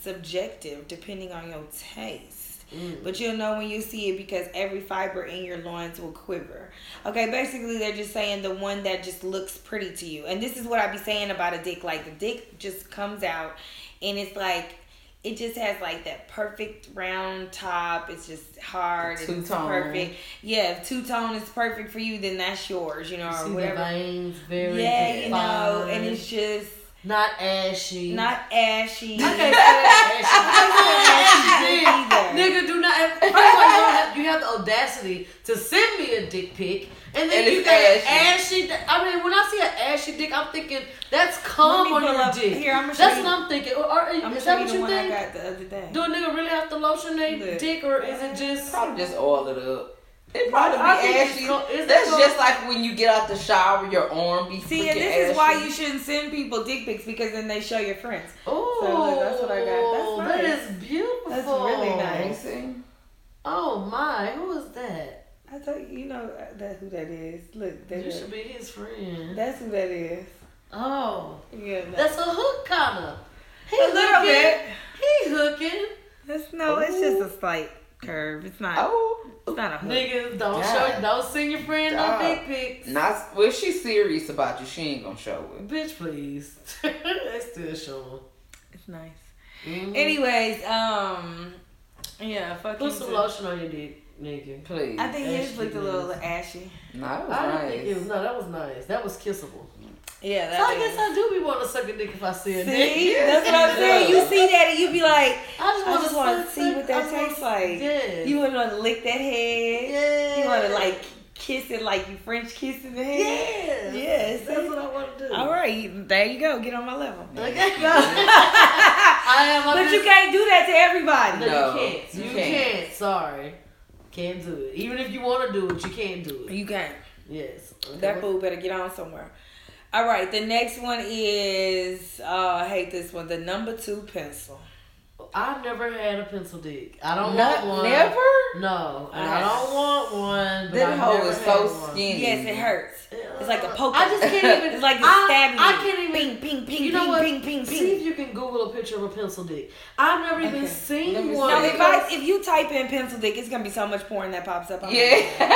Speaker 2: subjective, depending on your taste.
Speaker 3: Mm.
Speaker 2: But you'll know when you see it because every fiber in your loins will quiver. Okay, basically they're just saying the one that just looks pretty to you. And this is what I be saying about a dick. Like the dick just comes out and it's like it just has like that perfect round top. It's just hard. It's
Speaker 4: Two-tone.
Speaker 2: perfect. Yeah, if two tone is perfect for you, then that's yours, you know,
Speaker 3: You
Speaker 2: or
Speaker 3: see the
Speaker 2: whatever.
Speaker 3: veins very
Speaker 2: Yeah, you know,
Speaker 3: defined.
Speaker 2: and it's just
Speaker 3: not ashy.
Speaker 2: not ashy.
Speaker 3: I can't say that ashy.
Speaker 2: Ashy either.
Speaker 3: Nigga, do not. First of all, you, don't have, you have the audacity to send me a dick pic, and then
Speaker 4: And
Speaker 3: you
Speaker 4: it's
Speaker 3: got an
Speaker 4: ashy.
Speaker 3: ashy. di- I mean, when I see an ashy dick, I'm thinking that's cum
Speaker 2: Let
Speaker 3: on
Speaker 2: me
Speaker 3: your
Speaker 2: pull up-
Speaker 3: dick.
Speaker 2: here, I'ma show
Speaker 3: that's
Speaker 2: you-
Speaker 3: what I'm thinking. Or, or,
Speaker 2: I'm gonna
Speaker 3: is
Speaker 2: show
Speaker 3: that
Speaker 2: you
Speaker 3: what
Speaker 2: the
Speaker 3: you
Speaker 2: one I
Speaker 3: think?
Speaker 2: got the other day.
Speaker 3: Do a nigga really have to lotion their
Speaker 2: Look.
Speaker 3: dick, or is it just?
Speaker 4: Probably just oil it up. It probably
Speaker 3: I
Speaker 4: be
Speaker 3: think it's
Speaker 4: ashy.
Speaker 3: co- it's
Speaker 4: That's
Speaker 3: co-
Speaker 4: just like when you get out the shower, your arm be
Speaker 2: See,
Speaker 4: freaking
Speaker 2: and this is why
Speaker 4: ashy.
Speaker 2: you shouldn't send people dick pics because then they show your friends.
Speaker 3: Oh,
Speaker 2: look, that's what I got. That's
Speaker 3: that
Speaker 2: nice.
Speaker 3: is beautiful.
Speaker 2: That's really
Speaker 4: You
Speaker 2: nice.
Speaker 4: see?
Speaker 3: Oh my, who is that?
Speaker 2: I thought you know uh, that who that is. Look, that
Speaker 3: You
Speaker 2: is.
Speaker 3: should be his friend.
Speaker 2: that's who that is.
Speaker 3: Oh,
Speaker 2: Yeah, no.
Speaker 3: that's a hook kind of. He
Speaker 2: a little
Speaker 3: hooking.
Speaker 2: bit.
Speaker 3: He hooking.
Speaker 2: That's no, it's just a slight curve. It's not.
Speaker 4: Oh,
Speaker 2: It's not a hook.
Speaker 3: Niggas, don't
Speaker 4: God.
Speaker 3: show, don't send your friend
Speaker 4: God.
Speaker 3: no dick pics.
Speaker 4: not well. If she's serious about you, she ain't gonna show it.
Speaker 3: Bitch, please. [LAUGHS] they still showing.
Speaker 2: It's nice.
Speaker 3: Mm.
Speaker 2: Anyways, um, yeah, fuck
Speaker 3: Put
Speaker 2: you,
Speaker 3: some
Speaker 2: too.
Speaker 3: lotion on your dick, nigga.
Speaker 4: Please,
Speaker 2: I think his
Speaker 3: Ashy
Speaker 2: looked a little ashy.
Speaker 4: no, that was
Speaker 3: I didn't
Speaker 4: nice.
Speaker 3: think it was. No, that was nice. That was kissable.
Speaker 2: Yeah,
Speaker 3: So I
Speaker 2: that
Speaker 3: guess
Speaker 2: is.
Speaker 3: I do be want to suck a dick if I see a
Speaker 2: See,
Speaker 3: dick.
Speaker 2: that's what
Speaker 3: [LAUGHS]
Speaker 2: I'm saying. You see that and you be like,
Speaker 3: I just
Speaker 2: I
Speaker 3: want
Speaker 2: just
Speaker 3: to
Speaker 2: wanna
Speaker 3: suck-
Speaker 2: see what that
Speaker 3: I wanna-
Speaker 2: tastes like.
Speaker 3: Yes.
Speaker 2: you would want to lick that head.
Speaker 3: yeah.
Speaker 2: You want to like kiss it like you French kissing the head.
Speaker 3: Yes.
Speaker 2: Yes.
Speaker 3: That's what I want to do.
Speaker 2: All right, there you go. Get on my
Speaker 3: [LAUGHS]
Speaker 2: level.
Speaker 3: Okay. I am. I
Speaker 2: But you
Speaker 3: just-
Speaker 2: can't do that to everybody.
Speaker 3: No,
Speaker 4: No,
Speaker 3: you can't.
Speaker 4: you
Speaker 3: You,
Speaker 4: can't.
Speaker 3: can't. Sorry. Can't do it. Even if you want to do it, you can't do it.
Speaker 2: You can't.
Speaker 3: Yes. Okay.
Speaker 2: That fool better get on somewhere. All right, the next one is uh, I hate this one. The number two pencil.
Speaker 3: I've never had a pencil dick. I don't
Speaker 4: Not,
Speaker 3: want one.
Speaker 4: never.
Speaker 3: No, and
Speaker 2: I-
Speaker 3: I don't want one. But
Speaker 4: That
Speaker 3: I've
Speaker 4: hoe
Speaker 3: never
Speaker 4: is
Speaker 3: had
Speaker 4: so
Speaker 3: one.
Speaker 4: skinny.
Speaker 2: Yes, it hurts. It's like a poke.
Speaker 3: I just can't even.
Speaker 2: It's like it's
Speaker 3: I-
Speaker 2: stabbing.
Speaker 3: I
Speaker 2: you.
Speaker 3: can't even.
Speaker 2: Ping, ping, ping,
Speaker 3: you know
Speaker 2: ping,
Speaker 3: what?
Speaker 2: ping, ping,
Speaker 3: See
Speaker 2: ping.
Speaker 3: if you can Google a picture of a pencil dick. I've never even
Speaker 4: Okay.
Speaker 3: seen
Speaker 4: Let me
Speaker 3: one.
Speaker 4: see.
Speaker 2: No, if I if you type in pencil dick, it's gonna be so much porn that pops up. on there.
Speaker 4: Yeah,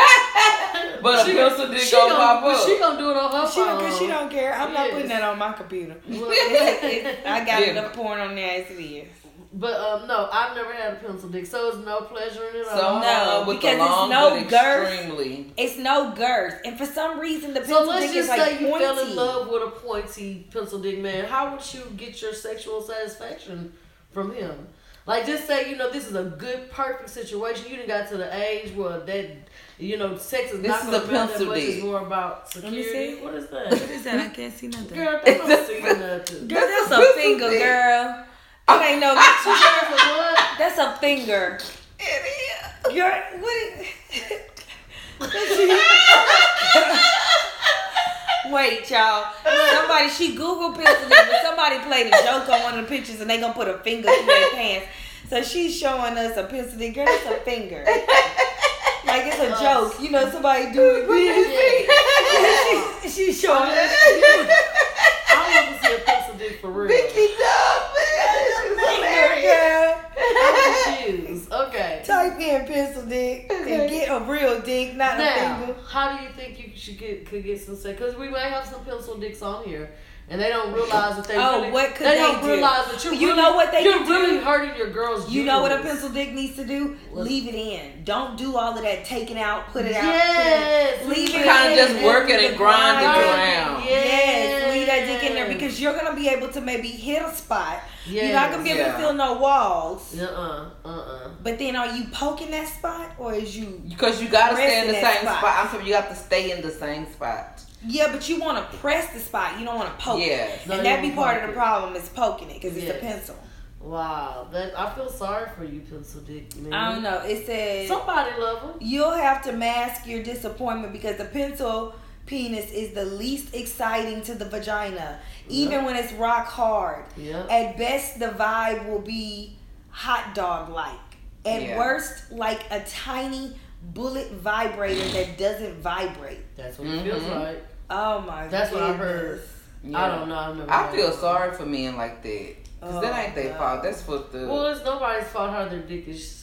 Speaker 2: [LAUGHS]
Speaker 4: but a
Speaker 3: She-
Speaker 4: pencil dick
Speaker 3: she
Speaker 4: gonna
Speaker 3: gon-
Speaker 4: pop
Speaker 3: but
Speaker 4: up.
Speaker 3: She gonna do it on her
Speaker 2: She
Speaker 3: phone.
Speaker 2: don't, cause she [LAUGHS] don't care. I'm not
Speaker 3: Yes.
Speaker 2: putting that on my
Speaker 3: [LAUGHS]
Speaker 2: computer.
Speaker 3: Well,
Speaker 2: [LAUGHS] I got
Speaker 4: Yeah.
Speaker 2: enough porn on there as it is.
Speaker 3: but um, no, I've never had a pencil dick, so it's no pleasure in it at
Speaker 4: Someone
Speaker 3: all.
Speaker 2: No,
Speaker 4: with
Speaker 2: because
Speaker 4: a
Speaker 2: it's
Speaker 4: long
Speaker 2: no
Speaker 4: but
Speaker 2: girth.
Speaker 4: extremely.
Speaker 2: It's no girth, and for some reason the
Speaker 3: So
Speaker 2: pencil
Speaker 3: let's
Speaker 2: dick is
Speaker 3: just
Speaker 2: like
Speaker 3: say you
Speaker 2: pointy.
Speaker 3: fell in love with a pointy pencil dick man. How would you get your sexual satisfaction from him? Like just say you know this is a good perfect situation. You done got to the age where that you know sex is
Speaker 4: This
Speaker 3: not
Speaker 4: is
Speaker 3: gonna
Speaker 4: a
Speaker 3: matter that
Speaker 4: pencil
Speaker 3: much.
Speaker 4: dick.
Speaker 3: It's more about
Speaker 2: me
Speaker 3: security.
Speaker 2: see.
Speaker 3: What is
Speaker 2: [LAUGHS]
Speaker 3: that?
Speaker 2: is that? I can't see nothing. Girl,
Speaker 3: Girl, they don't see nothing. Girl,
Speaker 2: that's
Speaker 4: a
Speaker 2: a
Speaker 4: pencil
Speaker 2: finger,
Speaker 4: dick.
Speaker 2: girl. That ain't
Speaker 3: [LAUGHS]
Speaker 2: no. That's
Speaker 3: what?
Speaker 2: a finger.
Speaker 4: It
Speaker 2: Girl, what? Is... [LAUGHS] Wait, y'all. Somebody she Googled pencil dick, but somebody played a joke on one of the pictures, and they gonna put a finger in their pants. So she's showing us a pencil dick. Girl, that's a finger. Like it's a
Speaker 4: Oh,
Speaker 2: joke, you know. Somebody do it. She- She's showing us.
Speaker 3: I want to see a pencil dick for real.
Speaker 4: Vicky Dove, man, she's hilarious.
Speaker 2: Girl,
Speaker 3: I'm confused. Okay.
Speaker 2: type in pencil dick and get a real dick, not a
Speaker 3: Now,
Speaker 2: finger.
Speaker 3: how do you think you should get could get some sex? Because we might have some pencil dicks on here, and they don't realize that they
Speaker 2: Oh,
Speaker 3: really,
Speaker 2: what could
Speaker 3: they,
Speaker 2: they
Speaker 3: don't
Speaker 2: do?
Speaker 3: realize that you're
Speaker 2: You
Speaker 3: really,
Speaker 2: know what they
Speaker 3: you're
Speaker 2: could do?
Speaker 3: really hurting your girl's.
Speaker 2: You know what a
Speaker 3: uterus.
Speaker 2: pencil dick needs to do?
Speaker 3: What?
Speaker 2: Leave it in. Don't do all of that taking out, put it out. put it
Speaker 3: Yes,
Speaker 2: in. Leave
Speaker 3: leave
Speaker 2: it
Speaker 3: it
Speaker 4: Kind
Speaker 2: in.
Speaker 4: of just work it and grind it
Speaker 3: grind it.
Speaker 4: around.
Speaker 3: Yeah.
Speaker 2: Yes, leave that dick in there because you're gonna be able to maybe hit a spot. You're not gonna be able
Speaker 4: Yes.
Speaker 2: to feel no walls.
Speaker 3: Uh uh uh uh.
Speaker 2: But then, are you poking that spot or is you?
Speaker 4: Because you gotta stay in the
Speaker 2: Rest in that
Speaker 4: same spot.
Speaker 2: spot.
Speaker 4: I'm sorry, you have to stay in the same spot.
Speaker 2: Yeah, but you want to press the spot. You don't want to poke.
Speaker 4: Yeah.
Speaker 2: it.
Speaker 3: No, you
Speaker 2: and that be
Speaker 3: wanna
Speaker 2: part
Speaker 3: poke
Speaker 2: of the
Speaker 3: it.
Speaker 2: problem is poking it because it's
Speaker 3: Yes.
Speaker 2: a pencil.
Speaker 3: Wow, that I feel sorry for you, pencil dick man.
Speaker 2: I don't know. It says
Speaker 3: Somebody love him.
Speaker 2: You'll have to mask your disappointment because the pencil penis is the least exciting to the vagina, even
Speaker 3: Yeah.
Speaker 2: when it's rock hard.
Speaker 3: Yeah.
Speaker 2: At best, the vibe will be hot dog like. At
Speaker 4: Yeah.
Speaker 2: worst, like a tiny bullet vibrator that doesn't vibrate.
Speaker 3: That's what it feels
Speaker 4: Mhm.
Speaker 3: like.
Speaker 2: Oh my
Speaker 3: That's what I heard.
Speaker 2: goodness.
Speaker 4: Yeah.
Speaker 3: I don't know. I've never
Speaker 4: I
Speaker 3: had
Speaker 4: feel
Speaker 3: one.
Speaker 4: sorry for men like that. Cause that
Speaker 2: Oh,
Speaker 4: ain't their
Speaker 2: no.
Speaker 4: fault. That's fucked up.
Speaker 3: Well, it's nobody's fault how their dick is.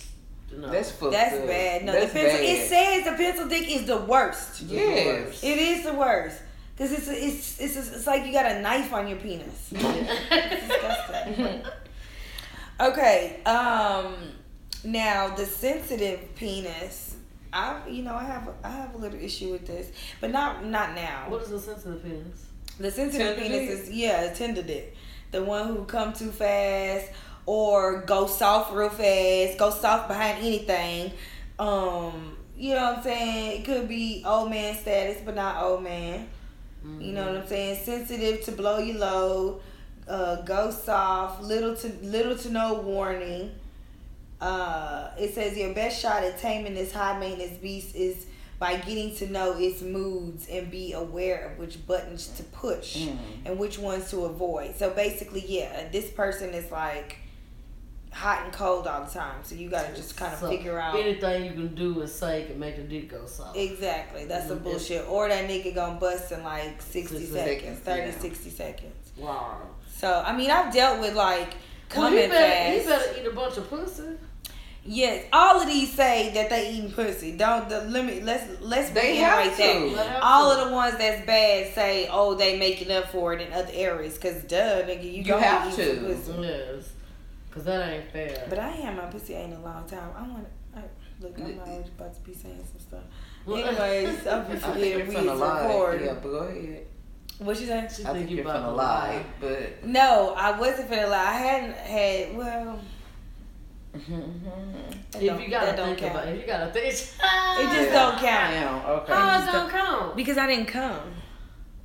Speaker 3: No. [LAUGHS]
Speaker 4: that's fucked
Speaker 2: That's [LAUGHS]
Speaker 4: up.
Speaker 2: bad. No,
Speaker 4: That's
Speaker 2: the pencil. It
Speaker 4: bad.
Speaker 2: says the pencil dick is the worst.
Speaker 4: Yes. Mm.
Speaker 2: It is the worst because it's it's it's it's like you got a knife on your penis. disgusting. Okay. Um. Now the sensitive penis. I you know I have I have a little issue with this, but not not now.
Speaker 3: What is the sense of the penis?
Speaker 2: The sensitive
Speaker 4: Tender
Speaker 2: penis
Speaker 4: dick?
Speaker 2: is yeah a tender dick, the one who come too fast or go soft real fast, go soft behind anything. Um. You know what I'm saying? It could be old man status, but not old man. You know what I'm saying? Sensitive to blow your load, uh, go soft, little to little to no warning. Uh, it says your best shot at taming this high maintenance beast is by getting to know its moods and be aware of which buttons to push
Speaker 4: Mm.
Speaker 2: and which ones to avoid. So basically, yeah, this person is like hot and cold all the time. So you gotta just kind of
Speaker 3: So,
Speaker 2: figure out
Speaker 3: Anything you can do and say can make the dick go soft.
Speaker 2: Exactly. That's some
Speaker 3: Mhm.
Speaker 2: bullshit. Or that nigga gonna bust in like 60
Speaker 3: 60
Speaker 2: seconds,
Speaker 4: seconds,
Speaker 2: 30,
Speaker 4: yeah.
Speaker 2: 60 seconds.
Speaker 3: wow.
Speaker 2: So, I mean, I've dealt with like
Speaker 3: Well, he
Speaker 2: coming
Speaker 3: better, he
Speaker 2: fast.
Speaker 3: better eat a bunch of pussy.
Speaker 2: Yes, all of these say that they eating pussy. Don't the limit. Let's let's
Speaker 4: They
Speaker 2: reiterate
Speaker 4: have
Speaker 2: that.
Speaker 4: to.
Speaker 2: All of the ones that's bad say, oh, they making up for it in other areas. Cause duh, nigga, you, gonna
Speaker 4: have
Speaker 2: eat some
Speaker 4: to.
Speaker 2: Pussy.
Speaker 3: Yes. Cause that ain't fair.
Speaker 2: But I ain't had my pussy ain't in a long time. I want. I, look, I'm already about to be saying some stuff.
Speaker 3: Well, [LAUGHS]
Speaker 2: Anyways, I'll be
Speaker 4: I think
Speaker 2: forgetting
Speaker 4: you're
Speaker 2: we
Speaker 4: finna lie.
Speaker 2: record.
Speaker 4: Yeah, but go ahead.
Speaker 2: What you saying?
Speaker 3: She
Speaker 4: I think
Speaker 3: you
Speaker 4: you're
Speaker 3: about
Speaker 4: finna lie, but
Speaker 2: No, I wasn't finna lie. I hadn't had well. that
Speaker 3: If
Speaker 2: don't-
Speaker 3: you gotta
Speaker 2: that don't
Speaker 3: think
Speaker 2: count.
Speaker 3: about, if you gotta think, [LAUGHS] it just
Speaker 2: it just
Speaker 4: Yeah.
Speaker 2: don't count
Speaker 4: damn, okay.
Speaker 3: don't count.
Speaker 2: because I didn't come.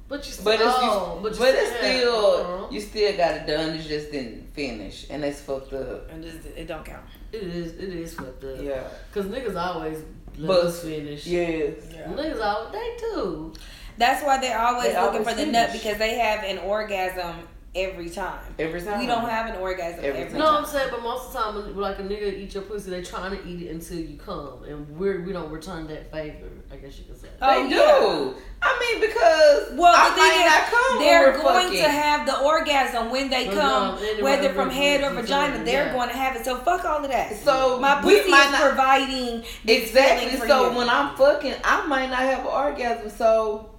Speaker 3: But you still,
Speaker 4: But it's,
Speaker 3: oh,
Speaker 4: you,
Speaker 3: but,
Speaker 4: but
Speaker 3: you
Speaker 4: it's
Speaker 3: had-
Speaker 4: still
Speaker 3: uh-huh.
Speaker 4: you still got it done. It just didn't finish, and that's fucked up.
Speaker 2: And just, it don't count.
Speaker 3: It is, it is fucked up.
Speaker 4: Yeah.
Speaker 3: Cause niggas always let
Speaker 4: But-
Speaker 3: us finish.
Speaker 4: Yes.
Speaker 3: Niggas always, they too.
Speaker 2: That's why they're always
Speaker 4: They
Speaker 2: looking
Speaker 4: always
Speaker 2: for the nut
Speaker 4: finish.
Speaker 2: because they have an orgasm every time.
Speaker 4: Every time
Speaker 2: We don't have an orgasm every,
Speaker 4: Uh-huh. Every
Speaker 2: time.
Speaker 4: time.
Speaker 3: No, I'm saying, but most of the time, when, like a nigga eat your pussy, they trying to eat it until you come, and we're we don't return that favor. I guess you could say.
Speaker 2: Oh,
Speaker 4: They do.
Speaker 2: yeah.
Speaker 4: I mean, because
Speaker 2: Well, the
Speaker 4: I
Speaker 2: thing
Speaker 4: might
Speaker 2: is,
Speaker 4: not come when
Speaker 2: They're
Speaker 4: we're
Speaker 2: going
Speaker 4: fucking.
Speaker 2: to have the orgasm when they
Speaker 4: um,
Speaker 3: Well,
Speaker 2: come,
Speaker 3: no, anyway,
Speaker 2: whether from
Speaker 3: we're-
Speaker 2: head or
Speaker 3: we're-
Speaker 2: vagina. They're
Speaker 3: yeah.
Speaker 2: going to have it. So fuck all of that.
Speaker 4: So
Speaker 2: My
Speaker 4: we
Speaker 2: pussy
Speaker 4: might
Speaker 2: is
Speaker 4: not-
Speaker 2: providing this
Speaker 4: Exactly.
Speaker 2: feeling for
Speaker 4: So
Speaker 2: you.
Speaker 4: when I'm fucking, I might not have an orgasm. So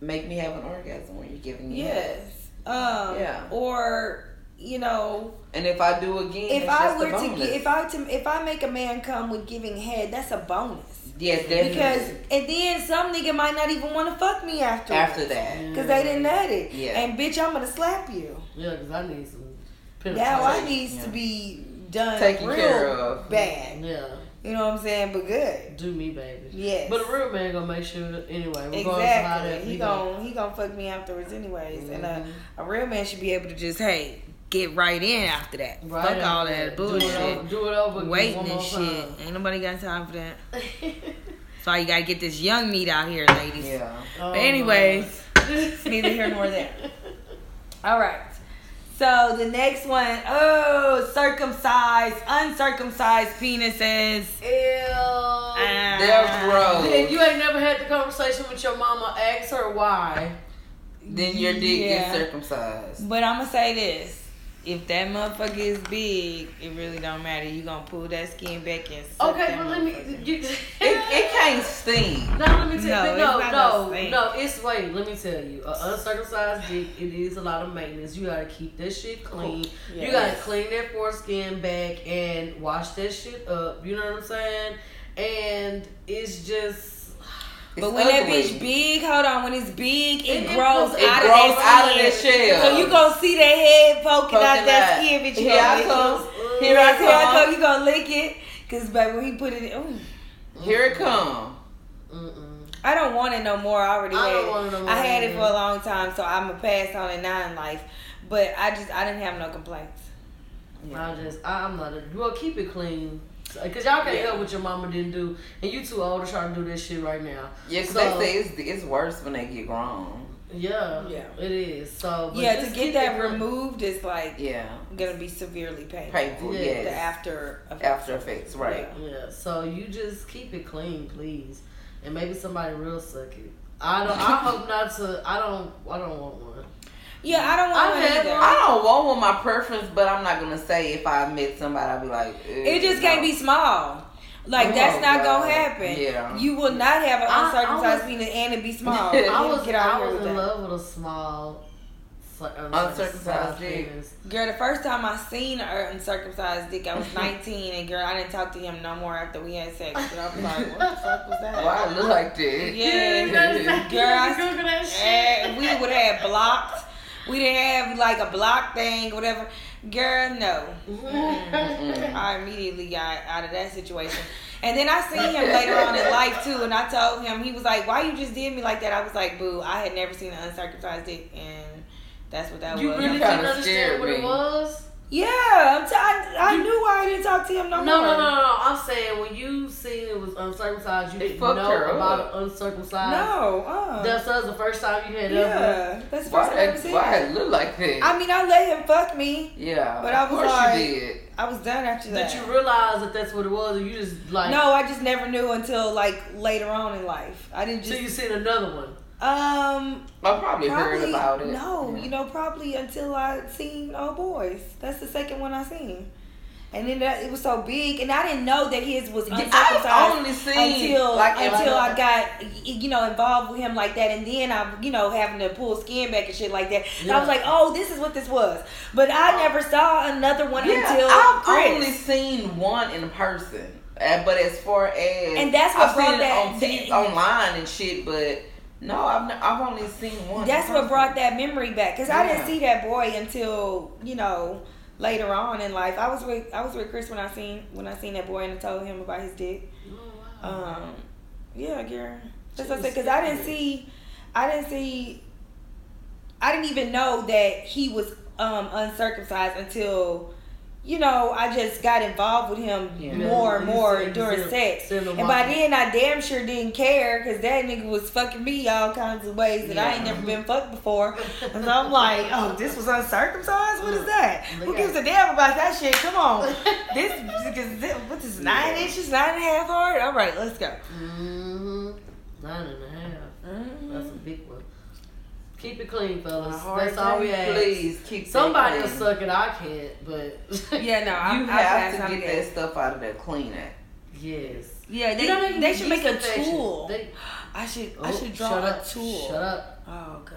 Speaker 4: make me have an orgasm when you're giving me. head.
Speaker 2: yes, um,
Speaker 4: Yeah.
Speaker 2: or you know,
Speaker 4: And if I do again,
Speaker 2: if
Speaker 4: it's
Speaker 2: I
Speaker 4: just a
Speaker 2: were to
Speaker 4: bonus.
Speaker 2: gi- if I to if I make a man come with giving head, that's a bonus.
Speaker 4: yes, definitely.
Speaker 2: Because and then some nigga might not even want to fuck me after
Speaker 4: after that,
Speaker 2: because they didn't let it.
Speaker 4: Yeah.
Speaker 2: And bitch, I'm gonna slap you.
Speaker 3: Yeah, because I need some.
Speaker 2: Now I
Speaker 3: penetration.
Speaker 2: needs
Speaker 4: Yeah.
Speaker 2: to be done
Speaker 4: Taken
Speaker 2: real
Speaker 4: care of.
Speaker 2: bad.
Speaker 3: Yeah,
Speaker 2: You know what I'm saying? But good.
Speaker 3: do me, baby.
Speaker 2: Yes.
Speaker 3: But a real man gonna make sure anyway. Regardless of how that
Speaker 2: Exactly. He
Speaker 3: he gonna.
Speaker 2: gon' he gonna fuck me afterwards anyways. And
Speaker 4: Mm-hmm.
Speaker 2: a, a real man should be able to just hey get right in after that.
Speaker 3: Right
Speaker 2: fuck all
Speaker 3: after
Speaker 2: that
Speaker 3: Do it over-
Speaker 2: bullshit.
Speaker 3: Do it over. again
Speaker 2: Waiting
Speaker 3: one
Speaker 2: and
Speaker 3: more
Speaker 2: shit.
Speaker 3: time.
Speaker 2: Ain't nobody got time for
Speaker 3: [LAUGHS]
Speaker 2: that. That's why you gotta get this young meat out here, ladies.
Speaker 4: yeah.
Speaker 3: Oh,
Speaker 2: But anyways,
Speaker 3: Lord. [LAUGHS]
Speaker 2: neither here nor there. All right. So the next one, oh, circumcised, uncircumcised penises.
Speaker 3: Ew.
Speaker 2: Ah.
Speaker 4: They're gross.
Speaker 3: Then you ain't never had the conversation with your mama. Ask her why.
Speaker 4: Then your dick
Speaker 2: Yeah.
Speaker 4: gets circumcised.
Speaker 2: But I'ma say this. If that motherfucker is big, it really don't matter. You gonna pull that skin back and suck
Speaker 3: Okay,
Speaker 2: that
Speaker 3: but let me.
Speaker 2: motherfucker.
Speaker 3: You,
Speaker 2: [LAUGHS]
Speaker 3: [LAUGHS]
Speaker 4: It, it can't ain't sting.
Speaker 3: No, let me
Speaker 2: No,
Speaker 3: tell
Speaker 2: it's
Speaker 3: you. No,
Speaker 2: not
Speaker 3: no,
Speaker 2: no
Speaker 3: no,
Speaker 2: steak.
Speaker 3: It's wait. Let me tell you. A uncircumcised dick. It is a lot of maintenance. You gotta keep that shit clean. You gotta clean that foreskin back and wash that shit up. You know what I'm saying? And it's just.
Speaker 4: It's
Speaker 2: But when that
Speaker 4: ugly.
Speaker 2: bitch big, hold on, when it's big, it,
Speaker 3: It- it
Speaker 2: grows
Speaker 3: grows- it
Speaker 2: out
Speaker 4: grows
Speaker 2: of
Speaker 4: out
Speaker 2: that
Speaker 4: of that
Speaker 2: skin.
Speaker 4: shell.
Speaker 2: So you gonna see that head poking, out
Speaker 4: Poking
Speaker 2: that
Speaker 4: out.
Speaker 2: skin, bitch. You
Speaker 4: Here
Speaker 2: gonna
Speaker 4: I
Speaker 2: lick
Speaker 4: come.
Speaker 2: it.
Speaker 4: Here I
Speaker 2: Here I
Speaker 4: come.
Speaker 2: come. You gonna lick it? Cause baby, when he put it, in, ooh,
Speaker 4: Here it come.
Speaker 3: Mm-mm.
Speaker 2: I don't want it no more. I already
Speaker 3: I
Speaker 2: had
Speaker 3: don't
Speaker 2: it.
Speaker 3: want it no more
Speaker 2: I had it
Speaker 3: either.
Speaker 2: for a long time, so I'm a pass on it now in life. But I just I didn't have no complaints.
Speaker 3: I just, I, I'm not. A, well, keep it clean. Cause y'all can't help what your mama didn't do, and you too old to try to do this shit right now.
Speaker 4: Yeah, 'cause
Speaker 3: So-
Speaker 4: they say it's, it's worse when they get grown.
Speaker 3: Yeah,
Speaker 2: Yeah.
Speaker 3: it is. So but
Speaker 2: yeah, to
Speaker 3: just keep
Speaker 2: get that
Speaker 3: it clean.
Speaker 2: removed is like
Speaker 4: Yeah.
Speaker 2: gonna be severely painful.
Speaker 4: Painful,
Speaker 3: Yeah,
Speaker 4: yes.
Speaker 2: The after effects.
Speaker 4: After effects, right.
Speaker 3: Yeah, so you just keep it clean, please, and maybe somebody will suck it. I don't.
Speaker 2: [LAUGHS]
Speaker 3: I hope not to. I don't. I don't want one.
Speaker 2: Yeah, I don't
Speaker 3: I've
Speaker 2: want
Speaker 3: had
Speaker 2: it either.
Speaker 3: one.
Speaker 4: I don't want one my preference, but I'm not gonna say if I met somebody I'd be like "Ew,
Speaker 2: It just
Speaker 4: no."
Speaker 2: can't be small. Like
Speaker 4: Oh,
Speaker 2: that's not
Speaker 4: God.
Speaker 2: gonna happen.
Speaker 4: Yeah.
Speaker 2: You will not have an
Speaker 3: I- I
Speaker 2: uncircumcised
Speaker 3: was-
Speaker 2: penis and it be small.
Speaker 4: I
Speaker 3: [LAUGHS] I
Speaker 2: You
Speaker 3: was.
Speaker 2: get
Speaker 3: I
Speaker 2: out here
Speaker 3: was
Speaker 2: with
Speaker 3: in
Speaker 2: that.
Speaker 3: love with a small, cir-
Speaker 4: Uncircumcised dick.
Speaker 3: penis.
Speaker 2: Girl, the first time I seen an uncircumcised dick, I was [LAUGHS] 19, and girl, I didn't talk to him no more after we had sex. And I was like, what the fuck was that?
Speaker 4: Why I look like that?
Speaker 2: Yeah. Girl, I-
Speaker 3: Google that shit.
Speaker 2: And we would have blocked. We didn't have like a block thing, whatever. Girl, no. I immediately got out of that situation. And then I seen him later on in life too, and I told him he was like, "Why you just did me like that?" I was like, "Boo, I had never seen an uncircumcised dick, and that's what that
Speaker 3: [LAUGHS] You
Speaker 2: was."
Speaker 3: really didn't
Speaker 4: kinda
Speaker 3: understand
Speaker 4: scared
Speaker 3: what it
Speaker 4: me.
Speaker 3: was.
Speaker 2: yeah, I'm t- I, I knew why I didn't talk to him no,
Speaker 3: No,
Speaker 2: more.
Speaker 3: no, no, no, no. I'm saying when you seen it was uncircumcised, you
Speaker 4: It
Speaker 3: didn't know
Speaker 4: fucked her up.
Speaker 3: about an uncircumcised.
Speaker 2: No, uh,
Speaker 3: That's us the first time you had ever.
Speaker 2: yeah, that's the first
Speaker 4: Why
Speaker 2: time I ever
Speaker 4: that,
Speaker 2: seen
Speaker 4: why
Speaker 2: it.
Speaker 4: I look like that?
Speaker 2: I mean, I let him fuck me.
Speaker 4: yeah,
Speaker 2: but I
Speaker 4: of
Speaker 2: was
Speaker 4: course
Speaker 2: like-
Speaker 4: you did.
Speaker 2: I was done after that.
Speaker 3: That you realize that that's what it was, and you just like
Speaker 2: no, I just never knew until like later on in life. I didn't
Speaker 3: So
Speaker 2: just
Speaker 3: you seen another one.
Speaker 2: um
Speaker 4: I probably, heard about it.
Speaker 2: No,
Speaker 4: Yeah.
Speaker 2: you know, probably until I seen Oh Boys. That's the second one I seen. And then that, it was so big, and I didn't know that his was
Speaker 4: Yeah,
Speaker 2: uncircumcised
Speaker 4: I've only seen
Speaker 2: until
Speaker 4: like
Speaker 2: until I got you know involved with him like that, and then I'm you know having to pull skin back and shit like that. So I was
Speaker 3: Yeah.
Speaker 2: like, oh, this is what this was, but I never saw another one
Speaker 4: Oh. yeah,
Speaker 2: until
Speaker 4: I've
Speaker 2: Chris.
Speaker 4: only seen one in person. Uh, but as far as
Speaker 2: And that's what
Speaker 4: I've
Speaker 2: brought
Speaker 4: seen
Speaker 2: that-
Speaker 4: it on TV,
Speaker 2: that-
Speaker 4: online and shit, but no, I've n- I've only seen one. in
Speaker 2: That's what
Speaker 4: person.
Speaker 2: brought that memory back because I didn't
Speaker 4: Yeah.
Speaker 2: see that boy until you know later on in life. I was with I was with Chris when I seen when I seen that boy and I told him about his dick. Um, yeah, girl. That's what I said because I didn't see, I didn't see, I didn't even know that he was um, uncircumcised until. You know, I just got involved with him
Speaker 4: Yeah.
Speaker 2: more and
Speaker 3: You
Speaker 2: more
Speaker 3: seen- you
Speaker 2: during
Speaker 3: seen-
Speaker 2: sex.
Speaker 3: seen him
Speaker 2: And by
Speaker 3: walking.
Speaker 2: then, I damn sure didn't care because that nigga was fucking me all kinds of ways that I ain't
Speaker 4: Yeah.
Speaker 2: never been fucked before. And so I'm like, oh,
Speaker 3: [LAUGHS]
Speaker 2: this was uncircumcised? What is that? Who
Speaker 3: Look
Speaker 2: gives a damn about that shit? Come on. this, because this, what is this, nine inches, nine and a half hard? All right, let's go.
Speaker 3: Mhm. Nine and a half. That's a
Speaker 2: Mm.
Speaker 3: big one. Keep it clean, fellas.
Speaker 4: Hard
Speaker 3: That's all we
Speaker 4: thing.
Speaker 3: ask.
Speaker 4: Please keep that
Speaker 3: Somebody will
Speaker 4: clean.
Speaker 3: suck it. I can't, but [LAUGHS]
Speaker 2: Yeah, no, I,
Speaker 4: You
Speaker 2: I
Speaker 4: have
Speaker 2: pass,
Speaker 4: to
Speaker 2: I'm
Speaker 4: get
Speaker 2: good.
Speaker 4: that stuff out of that cleaner.
Speaker 3: yes.
Speaker 2: Yeah, they,
Speaker 3: You know,
Speaker 2: they,
Speaker 3: can
Speaker 2: should
Speaker 3: yeast
Speaker 2: make a
Speaker 3: infections.
Speaker 2: tool.
Speaker 3: They-
Speaker 2: I should I
Speaker 3: Oh,
Speaker 2: should draw
Speaker 3: shut
Speaker 2: a
Speaker 3: up,
Speaker 2: tool.
Speaker 3: Shut up.
Speaker 2: Oh, okay.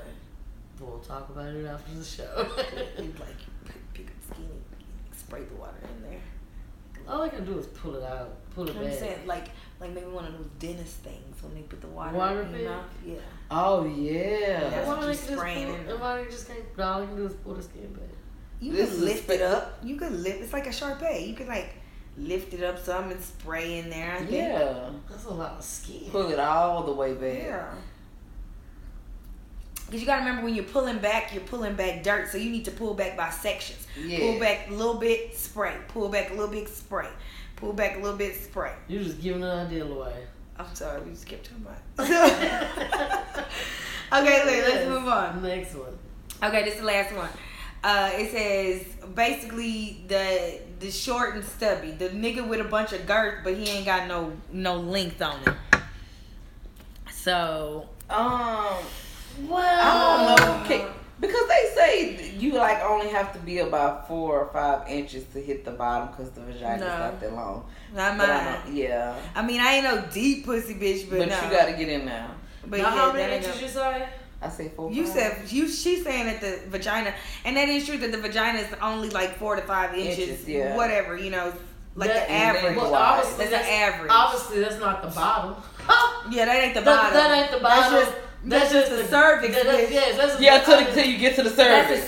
Speaker 3: We'll talk about it after the show. [LAUGHS]
Speaker 2: And like pick, pick up skinny, spray the water in there.
Speaker 3: all I can do is pull it out, pull it
Speaker 2: You know what I'm
Speaker 3: back.
Speaker 2: saying? Like, like maybe one of those dentist things when they put the water,
Speaker 3: Water
Speaker 2: in
Speaker 3: pick?
Speaker 2: your mouth. Yeah.
Speaker 4: Oh
Speaker 2: That's
Speaker 4: yeah.
Speaker 2: what you
Speaker 3: Why they can just
Speaker 2: spraying
Speaker 3: pull-
Speaker 2: in there.
Speaker 3: why they just can't? All I can do is pull the skin back.
Speaker 2: You
Speaker 4: This
Speaker 2: can
Speaker 4: is
Speaker 2: lift
Speaker 4: spe-
Speaker 2: it up. You can lift. It's like a Sharpay. You can like lift it up some and spray in there. I think.
Speaker 4: Yeah.
Speaker 3: That's a lot of skin.
Speaker 4: Pull it all the way back.
Speaker 2: Yeah. Cause you gotta remember when you're pulling back, you're pulling back dirt, so you need to pull back by sections.
Speaker 4: Yeah.
Speaker 2: Pull back a little bit, spray. Pull back a little bit, spray. Pull back a little bit, spray.
Speaker 3: You're just giving an idea
Speaker 2: [LAUGHS]
Speaker 3: away.
Speaker 2: I'm sorry, we skipped too much. [LAUGHS]
Speaker 4: [LAUGHS]
Speaker 2: okay, look, let's move on.
Speaker 3: Next one.
Speaker 2: Okay, this is the last one. Uh, it says basically the the short and stubby, the nigga with a bunch of girth, but he ain't got no no length on it. So
Speaker 4: Um,
Speaker 3: Well,
Speaker 4: I Um, don't know. Can, Because they say you like only have to be about four or five inches to hit the bottom because the vagina's
Speaker 2: No.
Speaker 4: not that long.
Speaker 2: Not
Speaker 4: But I
Speaker 2: mine.
Speaker 4: don't- yeah,
Speaker 2: I mean, I ain't no deep pussy bitch,
Speaker 4: but,
Speaker 2: but, no.
Speaker 4: you gotta get in there.
Speaker 2: but
Speaker 3: now,
Speaker 2: yeah,
Speaker 3: how
Speaker 2: that
Speaker 3: many
Speaker 2: ain't
Speaker 3: inches
Speaker 2: no-
Speaker 3: you say?
Speaker 4: I say four.
Speaker 2: You
Speaker 4: five
Speaker 2: said you. She's saying that the vagina, and that is true that the vagina is only like four to five inches,
Speaker 4: Inches, yeah.
Speaker 2: whatever you know, like
Speaker 3: That-
Speaker 2: the
Speaker 4: and then
Speaker 2: average.
Speaker 4: what-
Speaker 3: Well,
Speaker 4: Wide.
Speaker 3: obviously,
Speaker 2: That's an average.
Speaker 3: Obviously, that's not the bottom.
Speaker 2: [LAUGHS]
Speaker 3: [LAUGHS]
Speaker 2: yeah, that ain't the
Speaker 3: That,
Speaker 2: bottom.
Speaker 3: that ain't the bottom.
Speaker 2: That's just, that's just the cervix.
Speaker 3: That,
Speaker 2: bitch.
Speaker 3: that's, yes, that's
Speaker 4: Yeah, till, the- till you get to the cervix.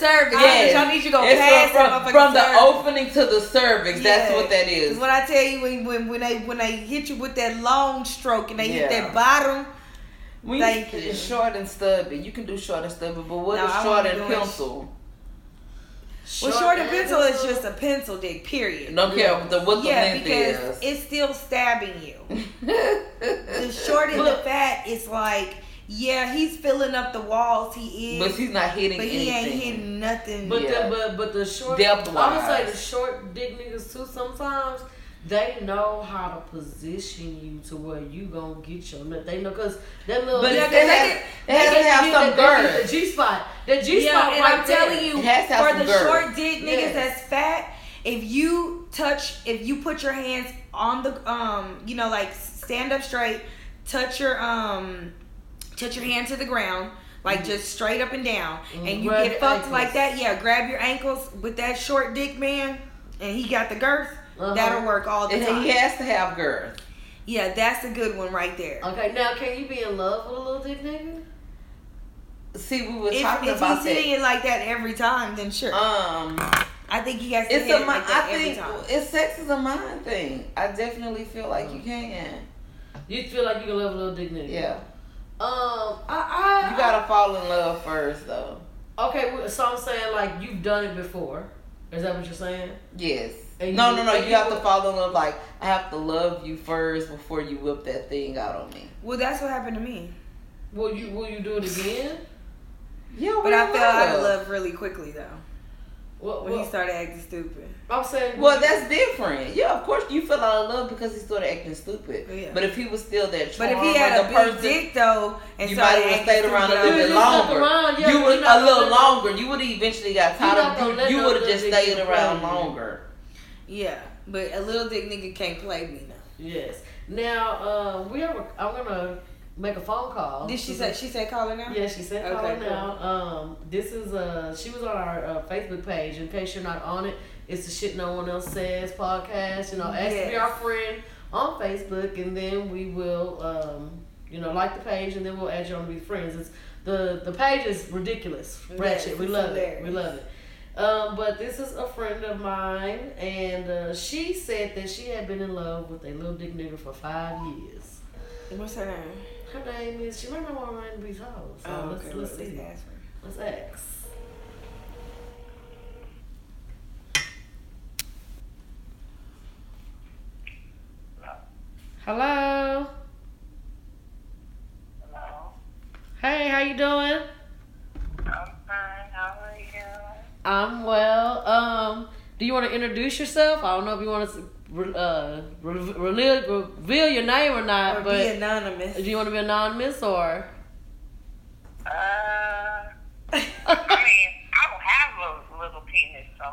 Speaker 2: That's the cervix.
Speaker 4: Yes.
Speaker 2: I need y'all need to go
Speaker 4: It's
Speaker 2: past
Speaker 4: from,
Speaker 2: the
Speaker 4: from, from the
Speaker 2: cervix.
Speaker 4: opening to the cervix. That's
Speaker 2: Yeah.
Speaker 4: what that
Speaker 2: Cause
Speaker 4: is.
Speaker 2: When I tell you when, when when they when they hit you with that long stroke and they hit
Speaker 4: Yeah.
Speaker 2: that bottom,
Speaker 4: When
Speaker 2: Thank
Speaker 4: you,
Speaker 2: you.
Speaker 4: short and stubby. You can do short and stubby, but what
Speaker 2: No,
Speaker 4: is
Speaker 2: I
Speaker 4: short
Speaker 2: wanna
Speaker 4: and
Speaker 2: do it sh-
Speaker 4: pencil?
Speaker 2: well, short and pencil is just a pencil dick. Period.
Speaker 4: Don't care what the, what the
Speaker 2: yeah,
Speaker 4: length
Speaker 2: because
Speaker 4: [LAUGHS] is.
Speaker 2: it's still stabbing you. the short and the fat is like, yeah, he's filling up the walls. He
Speaker 4: But
Speaker 2: is,
Speaker 4: he's not hitting
Speaker 2: but he
Speaker 4: anything.
Speaker 2: ain't hitting nothing.
Speaker 3: But
Speaker 4: Yeah.
Speaker 3: the but but the short
Speaker 4: Depth-wise.
Speaker 3: I'm gonna say the short dick niggas too. Sometimes they know how to position you to where you gonna get your nut. They know because that little
Speaker 4: But
Speaker 3: yeah,
Speaker 4: it
Speaker 3: 'cause
Speaker 4: has- it has to
Speaker 3: can
Speaker 4: have
Speaker 3: get
Speaker 4: some
Speaker 3: that- they get
Speaker 4: girth.
Speaker 3: The G spot, that G
Speaker 2: yeah,
Speaker 3: spot
Speaker 2: and
Speaker 3: right
Speaker 2: I'm
Speaker 3: there.
Speaker 2: telling you,
Speaker 4: It has to have
Speaker 2: for
Speaker 4: some
Speaker 2: the
Speaker 4: girth.
Speaker 2: short dick niggas
Speaker 3: Yes.
Speaker 2: that's fat, if you touch, if you put your hands on the, um, you know, like stand up straight, touch your, um, touch your hand to the ground. Like just straight up and down, Mm-hmm. and you
Speaker 3: Grab
Speaker 2: get
Speaker 3: your
Speaker 2: fucked like
Speaker 3: ankles.
Speaker 2: that. Yeah, grab your ankles with that short dick man, and he got the girth.
Speaker 3: Uh-huh.
Speaker 2: That'll work all the
Speaker 4: And
Speaker 2: time.
Speaker 4: he has to have girth.
Speaker 2: Yeah, that's a good one right there.
Speaker 3: Okay, now can you be in love with a little dick nigga?
Speaker 4: See, we were
Speaker 2: If,
Speaker 4: talking
Speaker 2: if he's
Speaker 4: about
Speaker 2: hitting
Speaker 4: that.
Speaker 2: it like that every time, then sure.
Speaker 4: Um,
Speaker 2: I think he has to
Speaker 4: it's
Speaker 2: hit
Speaker 4: a
Speaker 2: it
Speaker 4: mi-
Speaker 2: like that
Speaker 4: I
Speaker 2: every
Speaker 4: think
Speaker 2: time.
Speaker 4: it's sex is a mind thing. I definitely feel like you can.
Speaker 3: You feel like you can love a little dick nigga?
Speaker 4: Yeah,
Speaker 3: Um, I, I
Speaker 4: you gotta fall in love first, though.
Speaker 3: Okay, well, so I'm saying like you've done it before. Is that what you're saying?
Speaker 4: Yes.
Speaker 3: And
Speaker 4: no,
Speaker 3: you-
Speaker 4: no, no.
Speaker 3: and
Speaker 4: You
Speaker 3: you
Speaker 4: have to
Speaker 3: would-
Speaker 4: fall in love. Like I have to love you first before you whip that thing out on me.
Speaker 2: Well, that's what happened to me.
Speaker 3: Will you will you do it again?
Speaker 4: Yeah,
Speaker 2: But I fell
Speaker 4: Oh.
Speaker 2: out of love really quickly though
Speaker 3: What,
Speaker 2: when he
Speaker 3: what,
Speaker 2: started acting stupid.
Speaker 3: I'm saying.
Speaker 4: Well, that's different. Yeah, of course you fell out of love because he started acting stupid.
Speaker 2: Yeah.
Speaker 4: But if he was still that
Speaker 2: But
Speaker 4: charming
Speaker 2: if he had a big
Speaker 4: person,
Speaker 2: dick though, and
Speaker 4: you might
Speaker 2: started
Speaker 4: have
Speaker 2: acting
Speaker 4: stayed around a
Speaker 2: stupid,
Speaker 4: little
Speaker 2: I would've-
Speaker 3: You
Speaker 4: bit
Speaker 3: just stuck
Speaker 4: longer.
Speaker 3: around, yeah,
Speaker 4: you
Speaker 3: but
Speaker 4: would
Speaker 3: you're not
Speaker 4: a little
Speaker 3: gonna let-
Speaker 4: longer. You would have eventually
Speaker 3: You're
Speaker 4: got
Speaker 3: not
Speaker 4: tired
Speaker 3: gonna
Speaker 4: of.
Speaker 3: let
Speaker 4: You, you
Speaker 3: no
Speaker 4: would have
Speaker 3: little
Speaker 4: just
Speaker 3: dick
Speaker 4: stayed
Speaker 3: get
Speaker 4: around
Speaker 3: pregnant.
Speaker 4: longer.
Speaker 2: Yeah, but a little dick nigga can't play me now.
Speaker 3: Yes. Now uh, we have. A, I'm gonna make a phone
Speaker 4: Oh,
Speaker 3: call.
Speaker 2: Did she say she said call her now?
Speaker 3: Yeah, she said
Speaker 2: Okay,
Speaker 3: call her
Speaker 2: cool.
Speaker 3: now. Um, this is uh, she was on our uh, Facebook page. In case you're not on it, it's the shit no one else says podcast. You know, ask to be
Speaker 2: Yes.
Speaker 3: our friend on Facebook, and then we will um, you know, like the page, and then we'll add you on to be friends. It's the the page is ridiculous,
Speaker 2: Yes,
Speaker 3: ratchet. we
Speaker 2: it's
Speaker 3: love it. We
Speaker 2: hilarious.
Speaker 3: love it. Um, but this is a friend of mine, and uh, she said that she had been in love with a little dick nigga for five years.
Speaker 2: What's her name?
Speaker 3: Her name is. She might not want to run these hoes.
Speaker 4: Uh,
Speaker 3: So
Speaker 2: Oh,
Speaker 3: let's,
Speaker 2: okay.
Speaker 3: let's
Speaker 2: let's
Speaker 3: see.
Speaker 2: ask her.
Speaker 3: Let's ask. Hello.
Speaker 5: Hello.
Speaker 3: Hey, how you doing?
Speaker 5: I'm fine. How are you?
Speaker 3: I'm well. Um, do you want to introduce yourself? I don't know if you want to re- uh, re- reveal, reveal your name or not,
Speaker 2: Or
Speaker 3: but
Speaker 2: be anonymous.
Speaker 3: do you want to be anonymous or? [LAUGHS]
Speaker 5: Uh, I mean, I don't have a little penis, so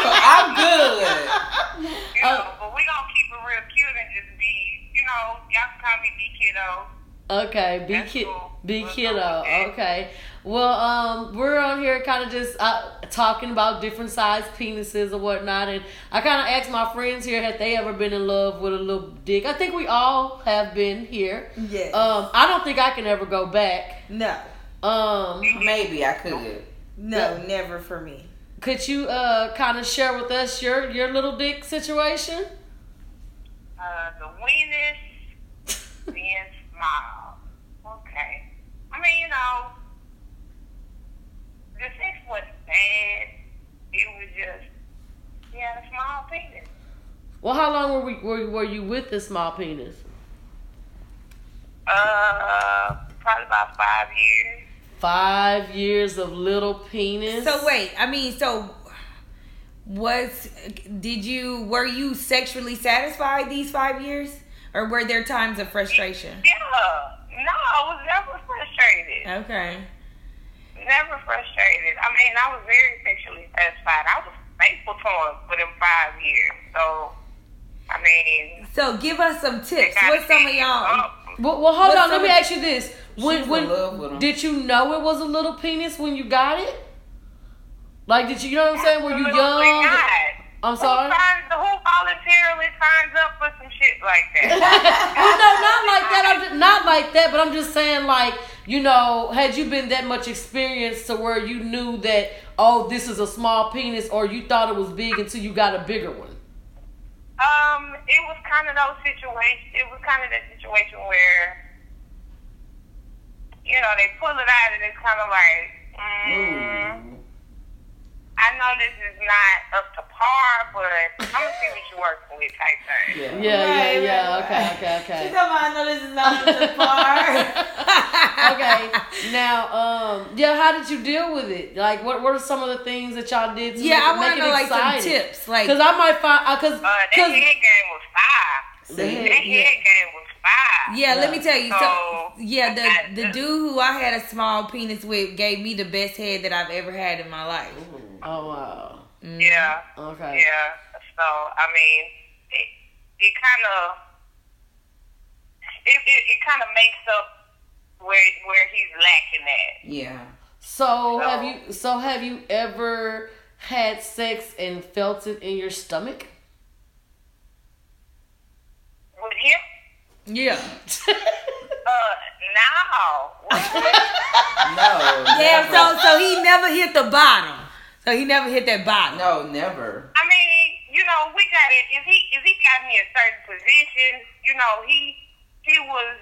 Speaker 4: So I'm good.
Speaker 5: you know. But we gonna keep it real cute and just be, you know, y'all can call me B kiddo.
Speaker 3: Okay, be
Speaker 5: That's
Speaker 3: kid,
Speaker 5: cool.
Speaker 3: be
Speaker 5: That's
Speaker 3: kiddo.
Speaker 5: okay.
Speaker 3: Okay, well, um, we're on here kind of just uh, talking about different size penises or whatnot, and I kind of asked my friends here had they ever been in love with a little dick. I think we all have been here.
Speaker 2: Yes.
Speaker 4: Uh,
Speaker 3: Um, I don't think I can ever go back.
Speaker 2: no,
Speaker 3: Um,
Speaker 4: Maybe I could.
Speaker 2: no, never for me.
Speaker 3: could you uh kind of share with us your your little dick situation? [LAUGHS]
Speaker 5: Uh, the weenus being small. Okay. I mean, you know, the sex wasn't bad. It was just, he had a small penis.
Speaker 3: well, how long were we were, were you with this small penis?
Speaker 5: Uh, probably about five years.
Speaker 3: Five years of little penis.
Speaker 2: So wait, I mean, so was did you were you sexually satisfied these five years, or were there times of frustration?
Speaker 5: Yeah. No, I was never frustrated.
Speaker 2: Okay.
Speaker 5: never frustrated. I mean, I was very sexually satisfied. I was faithful to him for them five years. So, I mean,
Speaker 2: So give us some
Speaker 5: they
Speaker 2: tips.
Speaker 5: got
Speaker 2: What's some of y'all?
Speaker 3: Well, well hold
Speaker 2: What's
Speaker 3: on. Let
Speaker 2: some
Speaker 3: me
Speaker 2: of-
Speaker 3: ask you this: When
Speaker 4: was
Speaker 3: when
Speaker 4: in love with him.
Speaker 3: did you know it was a little penis when you got it? Like, did you? You know what I'm saying? Were you young?
Speaker 5: Not.
Speaker 3: I'm sorry.
Speaker 5: Who, signs, who voluntarily signs up for some shit like that?
Speaker 3: [LAUGHS] well, no, not like that. I'm just, not like that. But I'm just saying, like, you know, had you been that much experienced to where you knew that, oh, this is a small penis, or you thought it was big until you got a bigger one.
Speaker 5: um, it was kind of those situations. It was kind of that situation where, you know, they pull it out and it's kind of like, mm,
Speaker 4: Ooh.
Speaker 5: I know this is not up to par, but I'm gonna see what you're working with type thing.
Speaker 4: Yeah.
Speaker 3: Yeah, yeah,
Speaker 2: Right,
Speaker 3: yeah.
Speaker 2: right, right.
Speaker 3: Okay, okay,
Speaker 2: She's talking
Speaker 3: okay.
Speaker 2: about, I know this is [LAUGHS] not up to par.
Speaker 3: [LAUGHS]
Speaker 2: [LAUGHS]
Speaker 3: okay. Now, um, yeah. How did you deal with it? Like, what what are some of the things that y'all did to
Speaker 2: Yeah, I want
Speaker 3: make,
Speaker 2: to
Speaker 3: it- make
Speaker 2: know
Speaker 3: it
Speaker 2: like some
Speaker 3: exciting?
Speaker 2: tips. Like,
Speaker 3: Cause I might find, cause,
Speaker 5: Uh, that
Speaker 3: cause
Speaker 5: head game was fire.
Speaker 4: See?
Speaker 5: That head game was fire.
Speaker 2: yeah,
Speaker 3: Yeah.
Speaker 2: let me tell you. So,
Speaker 5: So,
Speaker 2: yeah,
Speaker 5: I-
Speaker 2: the the dude who I had a small penis with gave me the best head that I've ever had in my life.
Speaker 3: oh wow,
Speaker 5: Yeah.
Speaker 3: okay,
Speaker 5: Yeah. So I mean, it it kind of it, it, it kind of makes up where where he's lacking at.
Speaker 4: Yeah.
Speaker 3: So
Speaker 5: No.
Speaker 3: have you? So have you ever had sex and felt it in your stomach? [LAUGHS]
Speaker 5: With him,
Speaker 2: Mm, Yeah.
Speaker 5: uh, now
Speaker 4: No.
Speaker 2: Yeah.
Speaker 4: never.
Speaker 2: So so he never hit the bottom. So he never hit that bottom.
Speaker 4: No, never.
Speaker 5: I mean, you know, we got it. If he if he got me a certain position, you know, he he was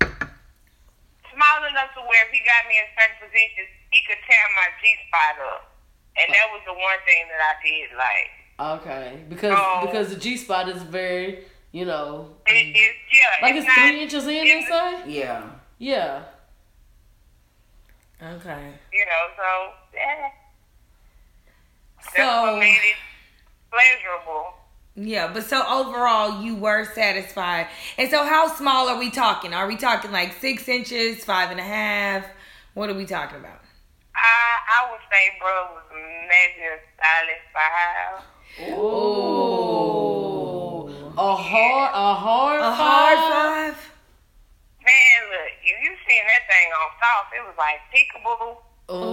Speaker 5: small enough to where if he got me in certain position, he could tear my G spot up, and that was the one thing that I did like.
Speaker 3: Okay, because
Speaker 5: No.
Speaker 3: because the G spot is very, you know,
Speaker 5: It, it's yeah,
Speaker 3: like it's,
Speaker 5: it's, not,
Speaker 3: three inches in. They
Speaker 5: it's-
Speaker 3: say,
Speaker 4: Yeah.
Speaker 3: yeah.
Speaker 2: Okay.
Speaker 5: you know, so yeah, that's what
Speaker 2: So
Speaker 5: made it pleasurable.
Speaker 2: yeah, but so overall you were satisfied. And so how small are we talking? Are we talking like six inches, five and a half? What are we talking about?
Speaker 5: I I would say, bro, was maybe a solid five.
Speaker 3: Oh, a hard, a hard,
Speaker 2: A hard
Speaker 3: five?
Speaker 2: five?
Speaker 5: Man, look, if you seen that thing on soft, it was like peekaboo.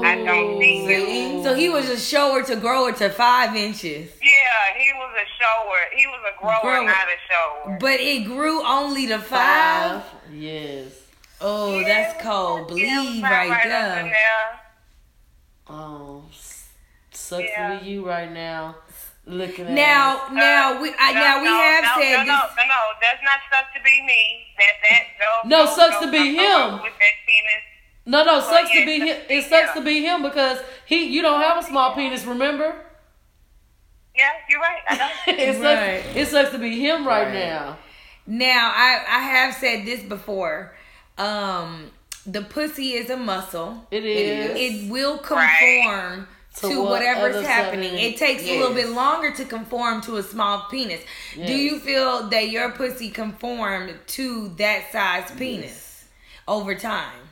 Speaker 5: I
Speaker 2: Oh,
Speaker 5: don't think
Speaker 4: See?
Speaker 2: So he was a shower to grower to five inches.
Speaker 5: Yeah, he was a shower. He was a grower,
Speaker 2: Grower.
Speaker 5: not a shower.
Speaker 2: But it grew only to five.
Speaker 3: Yes.
Speaker 2: Oh, that's cold.
Speaker 5: Yeah,
Speaker 2: Believe
Speaker 5: right,
Speaker 2: right
Speaker 5: up in
Speaker 2: there.
Speaker 5: there.
Speaker 3: Um, s- sucks
Speaker 5: Yeah.
Speaker 3: to be you right now. Looking at us.
Speaker 2: Now, now we I,
Speaker 5: Uh, No,
Speaker 2: now we
Speaker 5: no,
Speaker 2: have
Speaker 5: no,
Speaker 2: said
Speaker 5: no,
Speaker 2: this.
Speaker 5: No, no, no, that's not sucks to be me. That that
Speaker 3: No,
Speaker 5: no.
Speaker 3: sucks to be
Speaker 5: I'm
Speaker 3: him.
Speaker 5: With that penis.
Speaker 3: No, no, sucks
Speaker 5: yeah,
Speaker 3: to be
Speaker 5: it
Speaker 3: him.
Speaker 5: sucks to
Speaker 3: It
Speaker 5: be
Speaker 3: sucks
Speaker 5: him.
Speaker 3: to be him because he, you don't have a small penis. Remember,
Speaker 5: Yeah, you're right. I
Speaker 2: [LAUGHS]
Speaker 5: know.
Speaker 3: it sucks.
Speaker 2: Right.
Speaker 3: It sucks to be him right,
Speaker 4: Right.
Speaker 3: now.
Speaker 2: Now, I I have said this before. Um, the pussy is a muscle.
Speaker 3: It
Speaker 4: It
Speaker 3: is.
Speaker 4: is.
Speaker 2: It will
Speaker 5: Right.
Speaker 2: conform
Speaker 3: To
Speaker 2: to,
Speaker 3: what
Speaker 2: whatever's
Speaker 3: others
Speaker 2: happening.
Speaker 3: have in-
Speaker 2: It takes a little
Speaker 4: Yes.
Speaker 2: bit longer to conform to a small penis. Do
Speaker 3: Yes.
Speaker 2: you feel that your pussy conformed to that size penis over time?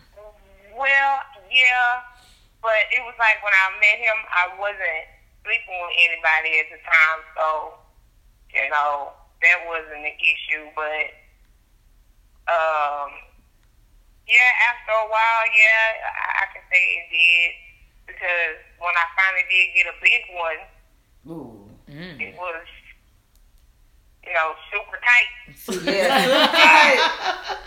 Speaker 5: Well, yeah, but it was like when I met him, I wasn't sleeping with anybody at the time, so you know that wasn't the issue. But um, yeah, after a while, yeah, I, I can say it did because when I finally did get a big one,
Speaker 3: [LAUGHS]
Speaker 4: Ooh.
Speaker 5: it was you know super tight.
Speaker 4: Yeah. right.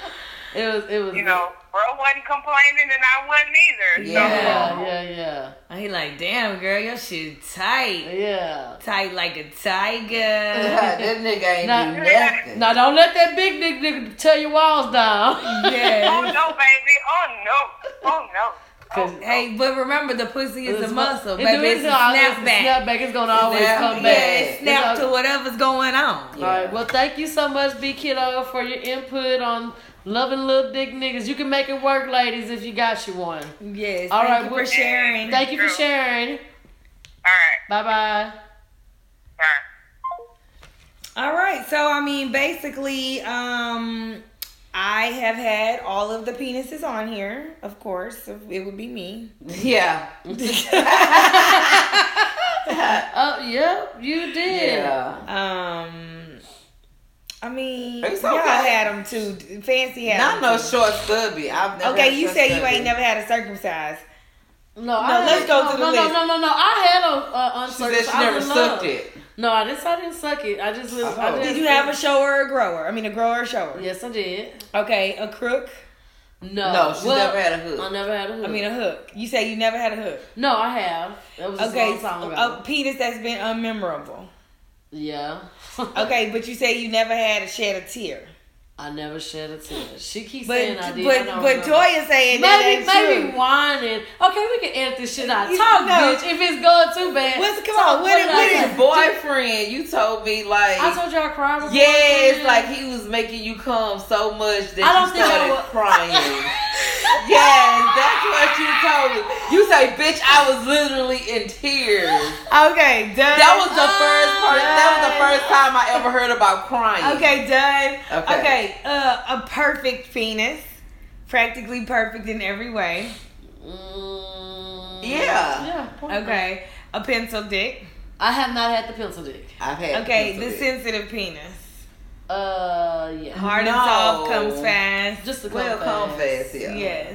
Speaker 3: It was. It was.
Speaker 5: You know, bro wasn't complaining and I wasn't either.
Speaker 3: Yeah,
Speaker 5: So,
Speaker 3: yeah,
Speaker 2: I ain't like, damn girl, your shit tight.
Speaker 3: yeah, yeah.
Speaker 2: Tight like a tiger.
Speaker 3: [LAUGHS]
Speaker 4: that nigga ain't
Speaker 3: Nah.
Speaker 4: do nothing.
Speaker 3: Now don't let that big dick nigga tear your
Speaker 2: [LAUGHS]
Speaker 3: walls down.
Speaker 5: Oh
Speaker 2: yeah.
Speaker 5: no, baby. Oh no. Oh no.
Speaker 3: 'Cause
Speaker 2: Hey, but remember the pussy is a
Speaker 3: it's-
Speaker 2: muscle,
Speaker 3: it
Speaker 2: baby.
Speaker 3: do-
Speaker 2: It's a
Speaker 3: always-
Speaker 2: snapback.
Speaker 3: Snapback. It's gonna always
Speaker 4: Snap-
Speaker 3: come
Speaker 4: yeah,
Speaker 3: back.
Speaker 4: it's
Speaker 2: snap
Speaker 3: It's al-
Speaker 2: to whatever's going on.
Speaker 4: Yeah.
Speaker 3: All right. Well, thank you so much, B Kiddo, for your input on loving little dick niggas. You can make it work, ladies, if you got you one.
Speaker 2: Yes.
Speaker 3: All
Speaker 2: All
Speaker 3: right,
Speaker 2: right, thank you
Speaker 3: well-
Speaker 2: for sharing.
Speaker 3: Thank you for sharing.
Speaker 5: All right.
Speaker 3: Bye bye.
Speaker 5: All right.
Speaker 2: All right. So I mean, basically, um, I have had all of the penises on here, of course. if It would be
Speaker 3: [LAUGHS]
Speaker 2: me.
Speaker 4: Yeah.
Speaker 3: Oh, yep, you did.
Speaker 4: Yeah.
Speaker 2: Um, I mean,
Speaker 4: It's
Speaker 2: y'all
Speaker 4: okay.
Speaker 2: had them too. Fancy had
Speaker 4: Not
Speaker 2: 'em
Speaker 4: no
Speaker 2: too.
Speaker 4: short stubby. I've never had
Speaker 2: Okay, you
Speaker 4: short
Speaker 2: said you
Speaker 4: stubby.
Speaker 2: ain't never had a circumcised.
Speaker 3: No, I
Speaker 2: let's
Speaker 3: had-
Speaker 2: go
Speaker 3: no,
Speaker 2: to the
Speaker 3: no,
Speaker 2: list.
Speaker 3: No, no, no, no. I had a uh,
Speaker 4: She said
Speaker 3: uncircumcised.
Speaker 4: she
Speaker 3: I
Speaker 4: never
Speaker 3: was in
Speaker 4: sucked
Speaker 3: love.
Speaker 4: it.
Speaker 3: No, I didn't. I didn't suck it. I just. Was, I
Speaker 4: Oh.
Speaker 3: just
Speaker 2: Did you have a shower or a grower? I mean, a grower or shower?
Speaker 3: [LAUGHS] Yes, I did.
Speaker 2: Okay, a crook.
Speaker 3: No,
Speaker 4: No, she
Speaker 3: Well,
Speaker 4: never had a hook.
Speaker 3: I never had a hook.
Speaker 2: I mean, uh, a hook. You say you never had a hook.
Speaker 3: no, I have. That was
Speaker 2: Okay, uh,
Speaker 3: a long time ago.
Speaker 2: a penis that's been unmemorable.
Speaker 3: yeah. [LAUGHS]
Speaker 2: Okay, but you say you never had a shed a tear.
Speaker 3: I never shed a tear. She keeps
Speaker 2: But
Speaker 3: saying I did. I
Speaker 2: but
Speaker 3: don't
Speaker 2: but
Speaker 3: remember.
Speaker 2: Toya saying that
Speaker 3: Maybe
Speaker 2: ain't
Speaker 3: maybe
Speaker 2: true.
Speaker 3: whining. Okay, we can edit this shit out.
Speaker 2: You
Speaker 3: Talk,
Speaker 2: know.
Speaker 3: bitch. If it's going too bad,
Speaker 2: What's come
Speaker 3: talk,
Speaker 2: on? What,
Speaker 3: did I
Speaker 2: what
Speaker 3: say?
Speaker 2: is
Speaker 4: His boyfriend, you told me like
Speaker 3: I told you I cried. before
Speaker 4: Yes,
Speaker 3: I
Speaker 4: like he was making you come so much that
Speaker 3: I don't
Speaker 4: you
Speaker 3: think I
Speaker 4: started
Speaker 3: would- [LAUGHS]
Speaker 4: crying. yes, that's what you told me. You say, bitch, I was literally in tears.
Speaker 2: Okay, done.
Speaker 4: That was the first
Speaker 3: Ah,
Speaker 4: part. That was the first time I ever heard about crying.
Speaker 2: Uh, Okay, done.
Speaker 4: Okay.
Speaker 2: Okay, uh, a perfect penis, practically perfect in every way.
Speaker 3: Mm,
Speaker 4: Yeah.
Speaker 3: Yeah. probably.
Speaker 2: Okay, a pencil dick.
Speaker 3: I have not had the pencil dick.
Speaker 4: I've had
Speaker 2: Okay,
Speaker 4: pizza
Speaker 2: the
Speaker 4: bit.
Speaker 2: sensitive penis.
Speaker 3: Uh, yeah.
Speaker 2: Hard and
Speaker 4: No.
Speaker 2: soft comes fast.
Speaker 3: Just the
Speaker 4: Well,
Speaker 3: confess.
Speaker 4: confess, yeah.
Speaker 2: Yes,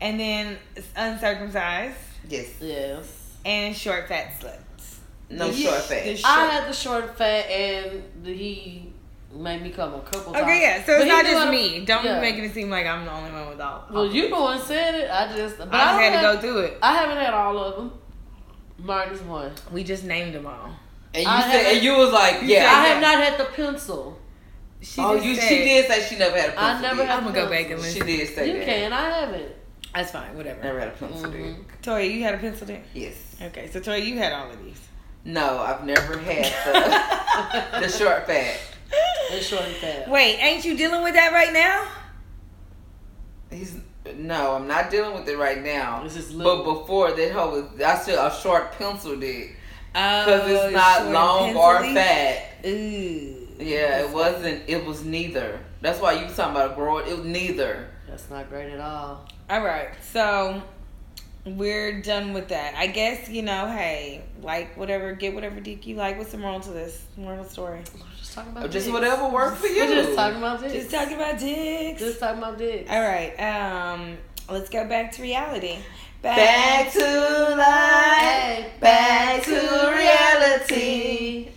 Speaker 2: and then it's uncircumcised
Speaker 4: Yes.
Speaker 3: Yes.
Speaker 2: and short fat sluts.
Speaker 4: No
Speaker 3: The-
Speaker 4: short
Speaker 2: the
Speaker 4: fat.
Speaker 2: sh-
Speaker 3: I had the short fat, and he made me come a couple times.
Speaker 2: Okay, yeah. So it's
Speaker 3: But he
Speaker 2: not
Speaker 3: knew
Speaker 2: just
Speaker 3: I-
Speaker 2: me. Don't
Speaker 3: yeah.
Speaker 2: be making it seem like I'm the only one with all.
Speaker 3: Well, you the one said it. I just. But
Speaker 2: I just had
Speaker 3: don't
Speaker 2: to
Speaker 3: have-
Speaker 2: go through it.
Speaker 3: I haven't had all of them. Martin's one.
Speaker 2: We just named them all.
Speaker 4: And you
Speaker 3: I
Speaker 4: said,
Speaker 3: haven't-
Speaker 4: and you was like,
Speaker 2: You
Speaker 4: yeah.
Speaker 2: said-
Speaker 3: I have not had the pencil.
Speaker 2: She
Speaker 4: oh,
Speaker 2: just
Speaker 4: you.
Speaker 2: said-
Speaker 4: She did say she never had a pencil.
Speaker 3: I never
Speaker 4: dick.
Speaker 3: had-
Speaker 2: I'm gonna go back and
Speaker 4: She
Speaker 2: listen.
Speaker 4: did say
Speaker 3: You
Speaker 4: that.
Speaker 3: can. I haven't.
Speaker 2: That's fine. Whatever.
Speaker 4: Never had a pencil
Speaker 3: Mhm.
Speaker 4: dick.
Speaker 2: Toya, you had a pencil dick.
Speaker 4: Yes.
Speaker 2: Okay, so Toya, you had all of [LAUGHS] these.
Speaker 4: No, I've never had
Speaker 3: [LAUGHS]
Speaker 4: the, the short fat.
Speaker 3: The short fat.
Speaker 2: Wait, ain't you dealing with that right now?
Speaker 4: He's no, I'm not dealing with it right now.
Speaker 3: This is
Speaker 4: But
Speaker 3: little.
Speaker 4: before that whole, I still a short pencil dick
Speaker 2: Oh,
Speaker 4: because it's not
Speaker 2: short
Speaker 4: long
Speaker 2: pencil
Speaker 4: or
Speaker 2: leaf?
Speaker 4: fat.
Speaker 2: Ooh.
Speaker 4: Yeah, it wasn't. It was neither. That's why you was talking about a growing. It was neither.
Speaker 3: That's not great at all.
Speaker 2: All right, so we're done with that. I guess you know, hey, like whatever, get whatever dick you like. What's the moral to this moral story?
Speaker 3: We're just talking about
Speaker 4: Oh, Just
Speaker 3: dicks.
Speaker 4: whatever worked for you.
Speaker 3: We're just talking about dicks.
Speaker 2: Just talking about dicks.
Speaker 3: Just talking about dicks.
Speaker 2: All right, um, let's go back to reality. Back,
Speaker 4: Back to life.
Speaker 3: Hey,
Speaker 4: Back to reality.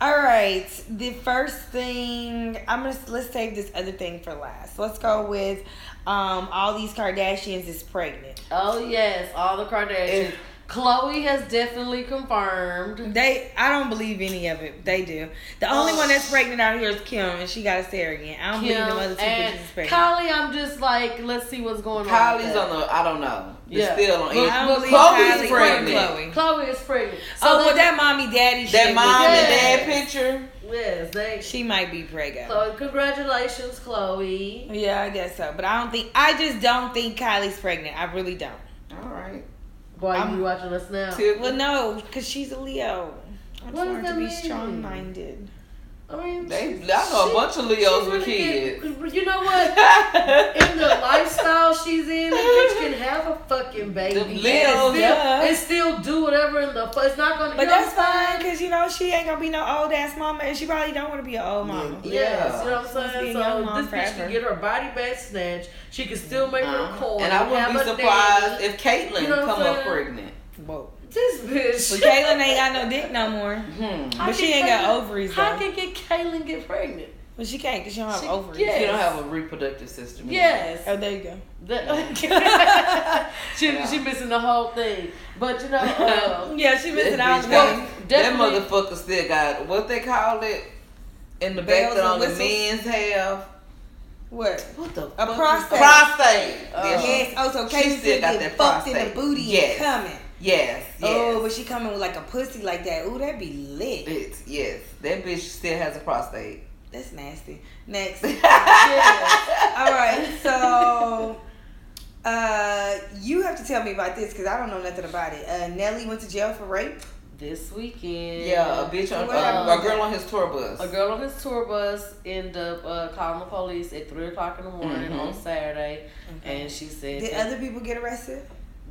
Speaker 2: All right, the first thing I'm gonna let's save this other thing for last. Let's go with um, all these Kardashians is pregnant.
Speaker 3: Oh yes, all the Kardashians.
Speaker 4: If-
Speaker 3: Chloe has definitely confirmed.
Speaker 2: They, I don't believe any of it. They do. The only one that's pregnant out here is Kim, and she got a surrogate. I don't
Speaker 3: Kim
Speaker 2: believe no other two
Speaker 3: and
Speaker 2: bitches is pregnant.
Speaker 3: Kylie, I'm just like, let's see what's going on. with
Speaker 4: Kylie's
Speaker 3: that.
Speaker 4: on the. I don't know. It's
Speaker 3: Yeah.
Speaker 4: still on.
Speaker 3: Look,
Speaker 4: Instagram.
Speaker 2: I
Speaker 3: But
Speaker 2: don't believe
Speaker 4: Chloe's
Speaker 2: Kylie
Speaker 4: pregnant.
Speaker 2: or Chloe.
Speaker 3: Chloe is pregnant. So
Speaker 2: oh, well,
Speaker 3: they-
Speaker 2: that mommy daddy shit.
Speaker 4: That
Speaker 2: was-
Speaker 4: mom and dad
Speaker 3: Yes.
Speaker 4: picture.
Speaker 3: Yes, they.
Speaker 2: She might be preggo.
Speaker 3: Chloe, congratulations, Chloe.
Speaker 2: Yeah, I guess so. But I don't think. I just don't think Kylie's pregnant. I really don't.
Speaker 4: All right.
Speaker 3: Why are
Speaker 2: I'm-
Speaker 3: you watching us now?
Speaker 2: Well, no, because she's a Leo. I just
Speaker 3: What does
Speaker 2: want her to
Speaker 3: that
Speaker 2: be
Speaker 3: mean?
Speaker 2: strong-minded.
Speaker 3: I mean,
Speaker 4: They,
Speaker 3: she-
Speaker 4: I know
Speaker 3: she-
Speaker 4: a bunch of Leos
Speaker 3: she
Speaker 4: with
Speaker 3: really
Speaker 4: kids.
Speaker 3: can- you know
Speaker 4: [LAUGHS]
Speaker 3: what? In the lifestyle she's in, a bitch can have a fucking baby.
Speaker 4: Them
Speaker 3: and
Speaker 4: Leos,
Speaker 3: still-
Speaker 2: yeah.
Speaker 3: And still do whatever in the fuck. It's not gonna.
Speaker 2: But
Speaker 3: you know
Speaker 2: that's
Speaker 3: what I'm
Speaker 2: fine
Speaker 3: saying?
Speaker 2: because you know she ain't gonna be no old ass mama, and she probably don't want to be an old mama.
Speaker 4: Yeah.
Speaker 3: Yes, you know what I'm
Speaker 2: Must be
Speaker 3: saying.
Speaker 2: a young
Speaker 3: So
Speaker 2: mom
Speaker 3: this bitch
Speaker 2: forever.
Speaker 3: can get her body back snatched. She can still make her
Speaker 4: Uh-huh.
Speaker 3: corn.
Speaker 4: And I wouldn't be
Speaker 3: have a
Speaker 4: surprised
Speaker 3: daddy.
Speaker 4: if Caitlyn
Speaker 3: You know what
Speaker 4: come
Speaker 3: I'm
Speaker 4: up
Speaker 3: saying?
Speaker 4: pregnant.
Speaker 2: Whoa.
Speaker 3: this bitch.
Speaker 2: But Caitlyn ain't got no dick no more.
Speaker 4: Hmm.
Speaker 3: How
Speaker 2: But she
Speaker 3: can
Speaker 2: ain't got
Speaker 3: Caitlyn-
Speaker 2: ovaries,
Speaker 3: How
Speaker 2: though.
Speaker 3: can get Kaylin get pregnant?
Speaker 2: But she can't because she don't have
Speaker 3: She-
Speaker 2: ovaries.
Speaker 3: yeah.
Speaker 4: She don't have a reproductive system.
Speaker 3: Yes.
Speaker 2: [LAUGHS] Oh, there you go.
Speaker 3: [LAUGHS] The- she
Speaker 4: Yeah.
Speaker 3: she missing the whole thing. But you
Speaker 2: [LAUGHS]
Speaker 3: know, uh,
Speaker 2: Yeah, she
Speaker 4: That,
Speaker 2: missing out
Speaker 4: bitch
Speaker 2: on
Speaker 4: got-
Speaker 2: that.
Speaker 4: that
Speaker 3: definitely-
Speaker 4: motherfucker still got what they call it in the
Speaker 2: Bells
Speaker 4: back that
Speaker 2: and
Speaker 4: only
Speaker 2: whistles?
Speaker 4: men's have.
Speaker 2: What?
Speaker 4: What the
Speaker 2: A prostate.
Speaker 4: prostate.
Speaker 3: Uh,
Speaker 4: yes.
Speaker 2: yes. Oh, so
Speaker 4: she
Speaker 2: Caitlyn
Speaker 4: still got
Speaker 2: get
Speaker 4: that
Speaker 2: fucked in
Speaker 4: prostate.
Speaker 2: the booty
Speaker 4: Yes.
Speaker 2: and coming.
Speaker 4: Yes. yes.
Speaker 2: Oh, but she coming with like a pussy like that. Ooh, that'd be lit.
Speaker 4: It's, yes. That bitch still has a prostate. [LAUGHS]
Speaker 2: That's nasty. Next.
Speaker 3: Yes.
Speaker 2: All right, so uh, you have to tell me about this because I don't know nothing about it. Uh, Nelly went to jail for rape.
Speaker 3: this weekend.
Speaker 4: Yeah, a bitch on
Speaker 3: Well,
Speaker 4: a, a girl on his tour bus.
Speaker 3: A girl on his tour bus ended up uh, calling the police at three o'clock in the morning
Speaker 4: Mhm.
Speaker 3: on Saturday, and she said,
Speaker 2: Did Mm-hmm.
Speaker 3: that
Speaker 2: other people get arrested?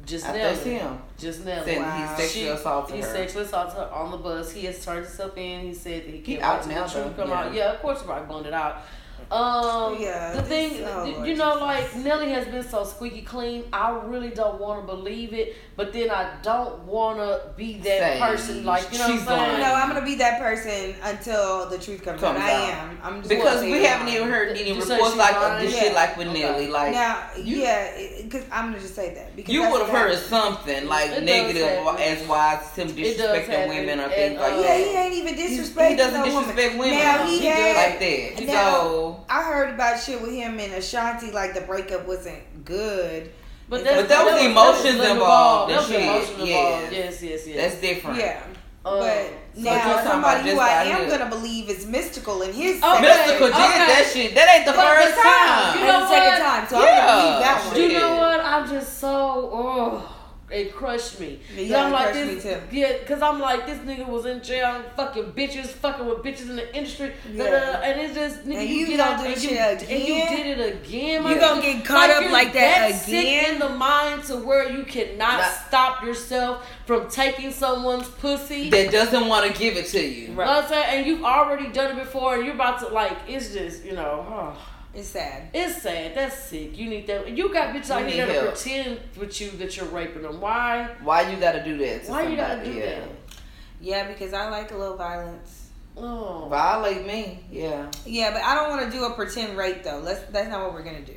Speaker 3: "Just
Speaker 4: I
Speaker 3: Nelly,
Speaker 4: think him
Speaker 3: just Nelly."
Speaker 4: said
Speaker 2: Wow.
Speaker 4: he sexually
Speaker 3: She-
Speaker 4: assaulted
Speaker 3: he
Speaker 4: her.
Speaker 3: sexually assaulted her on the bus. He has turned himself in. He said that he
Speaker 4: He
Speaker 3: can't
Speaker 4: out
Speaker 3: wait till
Speaker 4: now,
Speaker 3: the truth
Speaker 4: though.
Speaker 3: come
Speaker 4: Yeah.
Speaker 3: out. Yeah, of course, he probably blown it out. Um,
Speaker 2: Yeah,
Speaker 3: the
Speaker 2: this-
Speaker 3: thing,
Speaker 2: oh,
Speaker 3: th-
Speaker 2: Lord
Speaker 3: you know,
Speaker 2: Jesus.
Speaker 3: like Nelly has been so squeaky clean. I really don't want to believe it, but then I don't want to be that
Speaker 4: Say,
Speaker 3: person. Like you know,
Speaker 4: she's
Speaker 3: what I'm saying?
Speaker 4: lying.
Speaker 2: No, I'm gonna be that person until the truth comes,
Speaker 4: Comes
Speaker 2: out. I
Speaker 4: out.
Speaker 2: am. I'm just
Speaker 4: because
Speaker 2: gonna
Speaker 4: we
Speaker 2: say
Speaker 4: haven't
Speaker 2: that.
Speaker 4: even heard any
Speaker 3: Just say
Speaker 4: reports
Speaker 3: she
Speaker 4: like of
Speaker 3: lying.
Speaker 4: this
Speaker 2: Yeah.
Speaker 4: shit like with
Speaker 3: Okay.
Speaker 4: Nelly. Like
Speaker 2: Now,
Speaker 4: you-
Speaker 2: yeah, because I'm gonna just say that because
Speaker 4: you
Speaker 2: that's
Speaker 4: would have
Speaker 2: what
Speaker 4: heard something like
Speaker 3: It does
Speaker 4: negative
Speaker 3: happen.
Speaker 4: as why as him
Speaker 3: It does
Speaker 4: disrespecting
Speaker 3: happen.
Speaker 4: women or
Speaker 3: And,
Speaker 4: things like
Speaker 3: uh,
Speaker 2: happened. Yeah, he
Speaker 4: that.
Speaker 2: ain't even
Speaker 4: He-
Speaker 2: disrespecting.
Speaker 4: he doesn't
Speaker 2: no
Speaker 4: disrespect
Speaker 2: woman.
Speaker 4: women
Speaker 2: Now he,
Speaker 3: He
Speaker 2: had.
Speaker 4: like that.
Speaker 2: Now-
Speaker 4: so
Speaker 2: I heard about shit with him and Ashanti. Like the breakup wasn't good.
Speaker 3: But,
Speaker 2: But
Speaker 3: that's,
Speaker 2: that was
Speaker 4: emotions
Speaker 3: that was
Speaker 4: involved
Speaker 3: That was
Speaker 4: and
Speaker 3: emotions
Speaker 4: shit.
Speaker 3: involved.
Speaker 4: Yes.
Speaker 3: Yes, yes, yes.
Speaker 4: that's different.
Speaker 2: Yeah.
Speaker 3: Um,
Speaker 2: but
Speaker 3: so
Speaker 4: you're talking
Speaker 2: now
Speaker 4: about
Speaker 2: somebody who
Speaker 4: just
Speaker 2: I
Speaker 4: out
Speaker 2: am
Speaker 4: here.
Speaker 2: gonna believe is mystical in his
Speaker 3: Oh,
Speaker 2: second-
Speaker 4: Mystical did
Speaker 3: Okay.
Speaker 4: that shit. That ain't the
Speaker 3: But
Speaker 4: first
Speaker 3: the time,
Speaker 4: time.
Speaker 3: you
Speaker 2: and
Speaker 3: know
Speaker 2: the second
Speaker 3: what?
Speaker 2: time, so
Speaker 4: Yeah.
Speaker 2: I'm gonna believe that one.
Speaker 3: Do you know
Speaker 4: Yeah.
Speaker 3: what? I'm just so oh, it crushed me.
Speaker 2: Yeah,
Speaker 3: And I'm
Speaker 2: it
Speaker 3: like
Speaker 2: crushed
Speaker 3: this,
Speaker 2: me too.
Speaker 3: yeah, because I'm like this nigga was in jail, fucking bitches, fucking with bitches in the industry, da, da,
Speaker 2: Yeah.
Speaker 3: da, and it's just nigga,
Speaker 2: And
Speaker 3: you,
Speaker 2: you
Speaker 3: get
Speaker 2: gonna
Speaker 3: out
Speaker 2: do
Speaker 3: there
Speaker 2: this
Speaker 3: and you,
Speaker 2: shit
Speaker 3: and you
Speaker 2: again?
Speaker 3: did it again.
Speaker 2: You
Speaker 3: my
Speaker 2: gonna
Speaker 3: nigga.
Speaker 2: get caught up
Speaker 3: you're
Speaker 2: like that
Speaker 3: Sick
Speaker 2: again?
Speaker 3: in the mind to where you cannot
Speaker 4: Not-
Speaker 3: stop yourself from taking someone's pussy.
Speaker 4: That doesn't want to give it to
Speaker 3: You
Speaker 4: you.
Speaker 3: know what I'm saying? And you've already done it before, and you're about to like. It's just you know. oh.
Speaker 2: It's sad.
Speaker 3: It's sad. That's sick. You need that. You got bitches out
Speaker 4: You
Speaker 3: here
Speaker 4: need
Speaker 3: that
Speaker 4: help.
Speaker 3: pretend with you that you're raping them. Why?
Speaker 4: Why you gotta do that? To
Speaker 3: Why
Speaker 4: somebody?
Speaker 3: you gotta do
Speaker 4: yeah.
Speaker 2: Yeah, because I like a little violence.
Speaker 3: that? Oh.
Speaker 4: Violate me. Yeah.
Speaker 2: Yeah, but I don't want to do a pretend rape though. Let's. That's not what we're gonna do.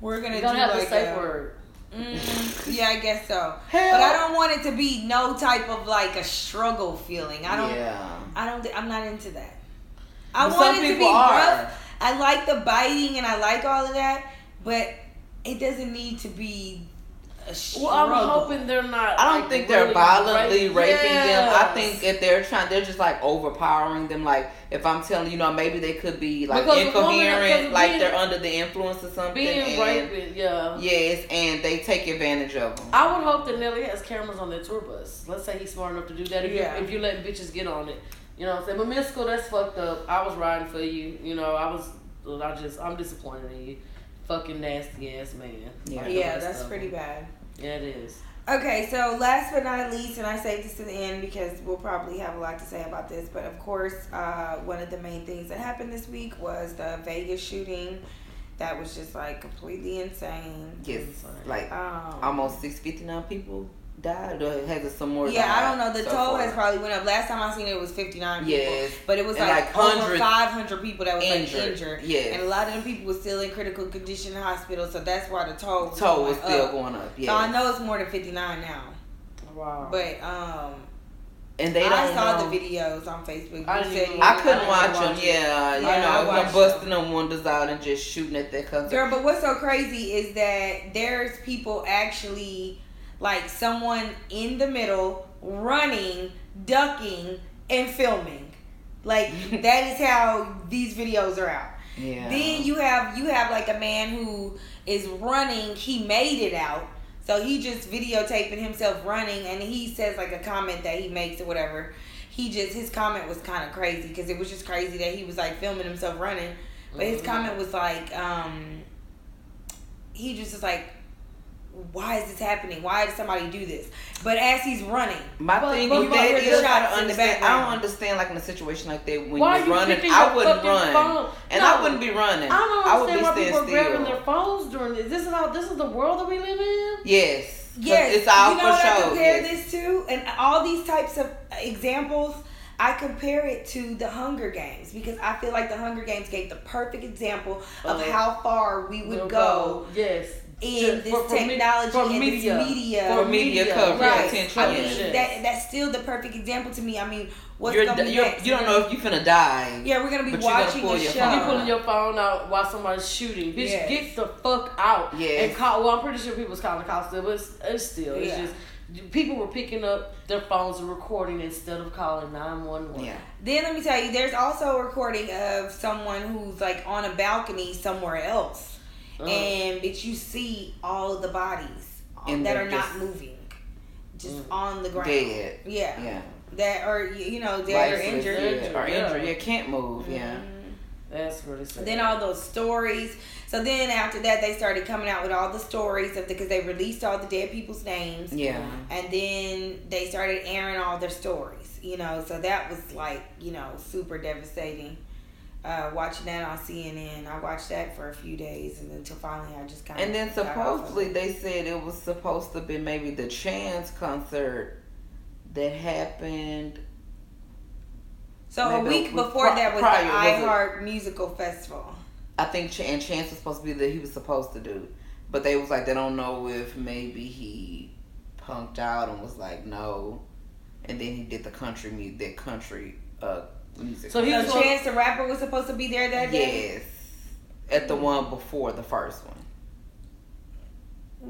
Speaker 2: We're gonna
Speaker 3: You don't
Speaker 2: do
Speaker 3: have
Speaker 2: like
Speaker 3: the safe
Speaker 4: uh,
Speaker 2: a-
Speaker 3: word.
Speaker 2: Mm, yeah, I guess so.
Speaker 4: Hell.
Speaker 2: But I don't want it to be no type of like a struggle feeling. I don't.
Speaker 4: Yeah.
Speaker 2: I don't. thi- I'm not into that. I
Speaker 4: But
Speaker 2: want
Speaker 4: some
Speaker 2: it to be
Speaker 4: people are.
Speaker 2: rough. I like the biting and I like all of that, but it doesn't need to be a struggle.
Speaker 3: Well, I'm hoping they're not.
Speaker 4: I don't
Speaker 3: like,
Speaker 4: think
Speaker 3: really
Speaker 4: they're violently
Speaker 3: rape-
Speaker 4: raping them. I
Speaker 3: Yes.
Speaker 4: think if they're trying, they're just like overpowering them. Like if I'm telling you, know, maybe they could be like
Speaker 3: Because the woman-
Speaker 4: incoherent,
Speaker 3: because
Speaker 4: like
Speaker 3: being-
Speaker 4: they're under the influence of something.
Speaker 3: being
Speaker 4: and,
Speaker 3: raping. Yeah.
Speaker 4: Yes, and they take advantage of them.
Speaker 3: I would hope that Nelly has cameras on their tour bus. Let's say he's smart enough to do that. If
Speaker 2: Yeah.
Speaker 3: you if you let bitches get on it, you know what I'm saying. But Misco, that's fucked up. I was riding for you. You know, I was. I just. I'm disappointed in you. Fucking nasty ass man.
Speaker 4: Yeah.
Speaker 2: Yeah, that's pretty bad.
Speaker 3: Yeah, it is.
Speaker 2: Okay, so last but not least, and I saved this to the end because we'll probably have a lot to say about this, but of course, uh, one of the main things that happened this week was the Vegas shooting. That was just like completely insane.
Speaker 4: Yes, like
Speaker 2: Um,
Speaker 4: almost six fifty nine people died, or has it some more?
Speaker 2: yeah, I
Speaker 4: died
Speaker 2: don't know. The
Speaker 4: so
Speaker 2: toll
Speaker 4: far?
Speaker 2: has probably went up. Last time I seen it, it was fifty nine
Speaker 4: Yes.
Speaker 2: people, but it was
Speaker 4: And,
Speaker 2: like,
Speaker 4: like,
Speaker 2: over
Speaker 4: 100
Speaker 2: five hundred people that was like
Speaker 4: injured.
Speaker 2: injured.
Speaker 4: Yes.
Speaker 2: and a lot of them people were still in critical condition in the hospital, so that's why the toll was
Speaker 4: toll was
Speaker 2: going
Speaker 4: still
Speaker 2: up.
Speaker 4: going up. Yeah,
Speaker 2: So I know it's more than fifty nine now,
Speaker 3: Wow.
Speaker 2: but um.
Speaker 4: and they don't.
Speaker 2: I saw
Speaker 4: know.
Speaker 2: the videos on Facebook.
Speaker 3: I
Speaker 2: You
Speaker 3: didn't
Speaker 2: said
Speaker 3: even
Speaker 2: you-
Speaker 4: I couldn't
Speaker 3: I
Speaker 4: watch
Speaker 3: watched
Speaker 4: them.
Speaker 3: it.
Speaker 4: Yeah, you
Speaker 2: Yeah, I
Speaker 4: know,
Speaker 2: watched
Speaker 4: them busting them wonders out and just shooting at their cousin.
Speaker 2: Girl, but what's so crazy is that there's people actually, like someone in the middle running, ducking, and filming.
Speaker 4: [LAUGHS]
Speaker 2: Like that is how these videos are out.
Speaker 4: yeah.
Speaker 2: Then you have you have like a man who is running. He made it out, so he just videotaping himself running, and he says like a comment that he makes or whatever. He just his comment was kind of crazy because it was just crazy that he was like filming himself running, but his
Speaker 3: Mhm.
Speaker 2: comment was like, um, he just was like, why is this happening? Why did somebody do this? But as he's running,
Speaker 4: My
Speaker 3: But-
Speaker 4: thing
Speaker 3: but
Speaker 4: is
Speaker 3: you
Speaker 4: that
Speaker 2: hear the
Speaker 4: is I
Speaker 2: shots
Speaker 4: don't
Speaker 2: in the
Speaker 4: understand. I
Speaker 2: background.
Speaker 4: don't understand like in a situation like that when
Speaker 3: Why
Speaker 4: you're
Speaker 3: are you
Speaker 4: running,
Speaker 3: picking
Speaker 4: I
Speaker 3: your
Speaker 4: wouldn't
Speaker 3: fucking
Speaker 4: run,
Speaker 3: phone?
Speaker 4: and
Speaker 3: No.
Speaker 4: I wouldn't be running.
Speaker 3: I don't
Speaker 4: would
Speaker 3: understand
Speaker 4: be
Speaker 3: why people are
Speaker 4: standing
Speaker 3: grabbing
Speaker 4: still.
Speaker 3: their phones during this. This is how this is the world that we live in.
Speaker 4: Yes, 'Cause
Speaker 2: Yes,
Speaker 4: it's all
Speaker 2: you know
Speaker 4: for
Speaker 2: what I
Speaker 4: show.
Speaker 2: compare
Speaker 4: yes.
Speaker 2: this to, and all these types of examples, I compare it to the Hunger Games because I feel like the Hunger Games gave the perfect example of
Speaker 3: Of-
Speaker 2: how far we would
Speaker 3: We'll
Speaker 2: go
Speaker 3: Yes.
Speaker 2: in
Speaker 3: Just
Speaker 2: this
Speaker 3: for- for me-
Speaker 2: technology
Speaker 3: for
Speaker 2: and
Speaker 3: media.
Speaker 2: this media.
Speaker 4: For media
Speaker 3: media,
Speaker 4: coverage,
Speaker 2: right?
Speaker 4: attention.
Speaker 2: I mean,
Speaker 3: Yes.
Speaker 2: that that's still the perfect example to me. I mean, what's
Speaker 4: you're,
Speaker 2: coming
Speaker 4: you're,
Speaker 2: next?
Speaker 4: you don't know if you're finna die.
Speaker 2: Yeah, we're gonna be
Speaker 4: but you're gonna
Speaker 2: watching
Speaker 4: pull
Speaker 2: a
Speaker 4: your
Speaker 2: show.
Speaker 4: phone.
Speaker 3: You pulling your phone out while somebody's shooting. Bitch,
Speaker 2: uh, Yes.
Speaker 3: get the fuck out.
Speaker 4: Yes.
Speaker 3: And call. Well, I'm pretty sure people's calling the cops still, but it's, it's still. It's
Speaker 2: Yeah.
Speaker 3: just. People were picking up their phones and recording instead of calling 911.
Speaker 4: Yeah.
Speaker 2: Then let me tell you, there's also a recording of someone who's like on a balcony somewhere else,
Speaker 3: Uh.
Speaker 2: and bitch, you see all the bodies
Speaker 4: And
Speaker 2: that
Speaker 4: they're
Speaker 2: are not
Speaker 4: just-
Speaker 2: moving, just
Speaker 3: Mm.
Speaker 2: on the ground.
Speaker 4: Dead.
Speaker 2: Yeah.
Speaker 4: Yeah.
Speaker 2: that are y- you know dead or
Speaker 4: Lifeless,
Speaker 2: injured. Mm-hmm.
Speaker 4: yeah, or
Speaker 3: Yeah.
Speaker 4: injured. Yeah, can't move. Yeah.
Speaker 3: That's what it's.
Speaker 2: Then all those stories. So then after that, they started coming out with all the stories of because they released all the dead people's names.
Speaker 4: Yeah.
Speaker 2: And then they started airing all their stories, you know. So that was like, you know, super devastating. Uh, watching that on CNN, I watched that for a few days, and until finally, I just kind of.
Speaker 4: And then supposedly they said it was supposed to be maybe the Chance concert that happened.
Speaker 2: So a
Speaker 4: maybe
Speaker 2: week
Speaker 4: we-
Speaker 2: before
Speaker 4: pri-
Speaker 2: that was
Speaker 4: prior,
Speaker 2: the
Speaker 4: was it-
Speaker 2: iHeart Musical Festival.
Speaker 4: I think Ch- and Chance was supposed to be that he was supposed to do, but they was like they don't know if maybe he punked out and was like no, and then he did the country mu- that country uh music.
Speaker 3: So he
Speaker 2: So
Speaker 3: was supposed-
Speaker 2: Chance the Rapper was supposed to be there that day.
Speaker 4: yes, at the one before the first one.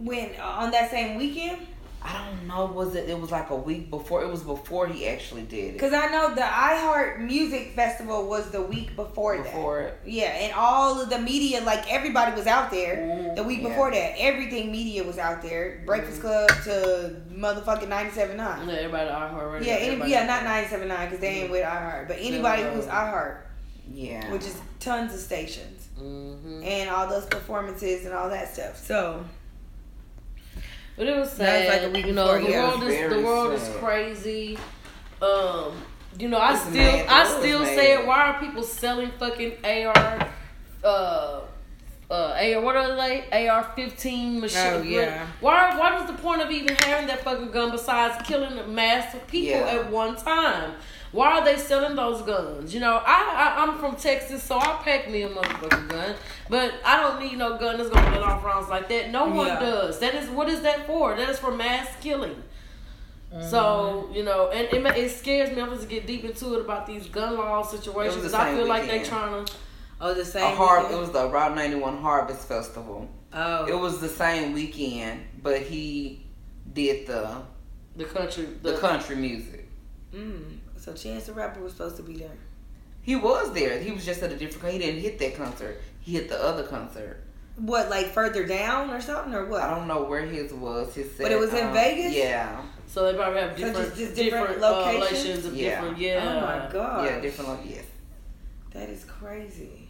Speaker 2: When uh, on that same weekend.
Speaker 4: I don't know. Was it? It was like a week before. It was before he actually did it.
Speaker 2: Because I know the iHeart Music Festival was the week before,
Speaker 4: Before it.
Speaker 2: that. Yeah, and all of the media, like everybody was out there the week
Speaker 4: Mm-hmm. yeah. Mm-hmm.
Speaker 2: before that. Everything media was out there. Breakfast Club to motherfucking 97.9.
Speaker 3: Yeah, everybody on her radio.
Speaker 2: Yeah, any,
Speaker 3: everybody.
Speaker 2: yeah, not 97.9 because they
Speaker 4: Mm-hmm.
Speaker 2: ain't with iHeart. But anybody
Speaker 3: No.
Speaker 2: who's iHeart,
Speaker 4: Yeah.
Speaker 2: which is tons of stations
Speaker 4: Mm-hmm.
Speaker 3: Mhm.
Speaker 2: and all those performances and all that stuff. So,
Speaker 3: But it was
Speaker 2: That was
Speaker 3: sad.
Speaker 2: like a week
Speaker 3: you know,
Speaker 2: before,
Speaker 3: the
Speaker 2: yeah.
Speaker 3: world is the
Speaker 4: Very
Speaker 3: world is
Speaker 4: sad.
Speaker 3: crazy. Um, you know, I
Speaker 4: It's
Speaker 3: still
Speaker 4: mad. The
Speaker 3: I
Speaker 4: world is
Speaker 3: still
Speaker 4: mad.
Speaker 3: say it. Why are people selling fucking AR? Uh, uh, AR, what are they? AR fifteen machine.
Speaker 2: Oh,
Speaker 3: what-
Speaker 2: yeah.
Speaker 3: Why? Why was the point of even having that fucking gun besides killing a mass of people
Speaker 4: Yeah.
Speaker 3: at one time? Why are they selling those guns? You know, I, I I'm from Texas, so I pack me a motherfucking gun, but I don't need no gun that's gonna let off rounds like that. No one
Speaker 2: Yeah.
Speaker 3: does. That is what is that for? That is for mass killing. So
Speaker 2: Mm-hmm.
Speaker 3: you know, and it, ma- it scares me. I'm supposed to get deep into it about these gun law situations.
Speaker 4: It
Speaker 3: 'cause
Speaker 4: was the
Speaker 3: I
Speaker 4: same
Speaker 3: feel like they
Speaker 4: weekend.
Speaker 3: trying to.
Speaker 2: oh, the same.
Speaker 4: a har-
Speaker 2: weekend?
Speaker 4: It was the Route 91 Harvest Festival.
Speaker 2: oh,
Speaker 4: It was the same weekend, but he did the
Speaker 3: The country,
Speaker 4: the country music.
Speaker 2: mm. so Chance the Rapper was supposed to be there.
Speaker 4: He was there. He was just at a different. He didn't hit that concert. He hit the other concert.
Speaker 2: What, like further down or something, or what?
Speaker 4: I don't know where his was. His set, um,
Speaker 2: But it was in Vegas?
Speaker 4: Yeah,
Speaker 3: So they probably have
Speaker 2: So
Speaker 3: different,
Speaker 2: just- just
Speaker 3: different,
Speaker 2: different
Speaker 3: uh,
Speaker 2: locations?
Speaker 3: locations of
Speaker 4: Yeah.
Speaker 3: different. Yeah.
Speaker 2: Oh my god.
Speaker 4: yeah, different. Like, yes,
Speaker 2: That is crazy.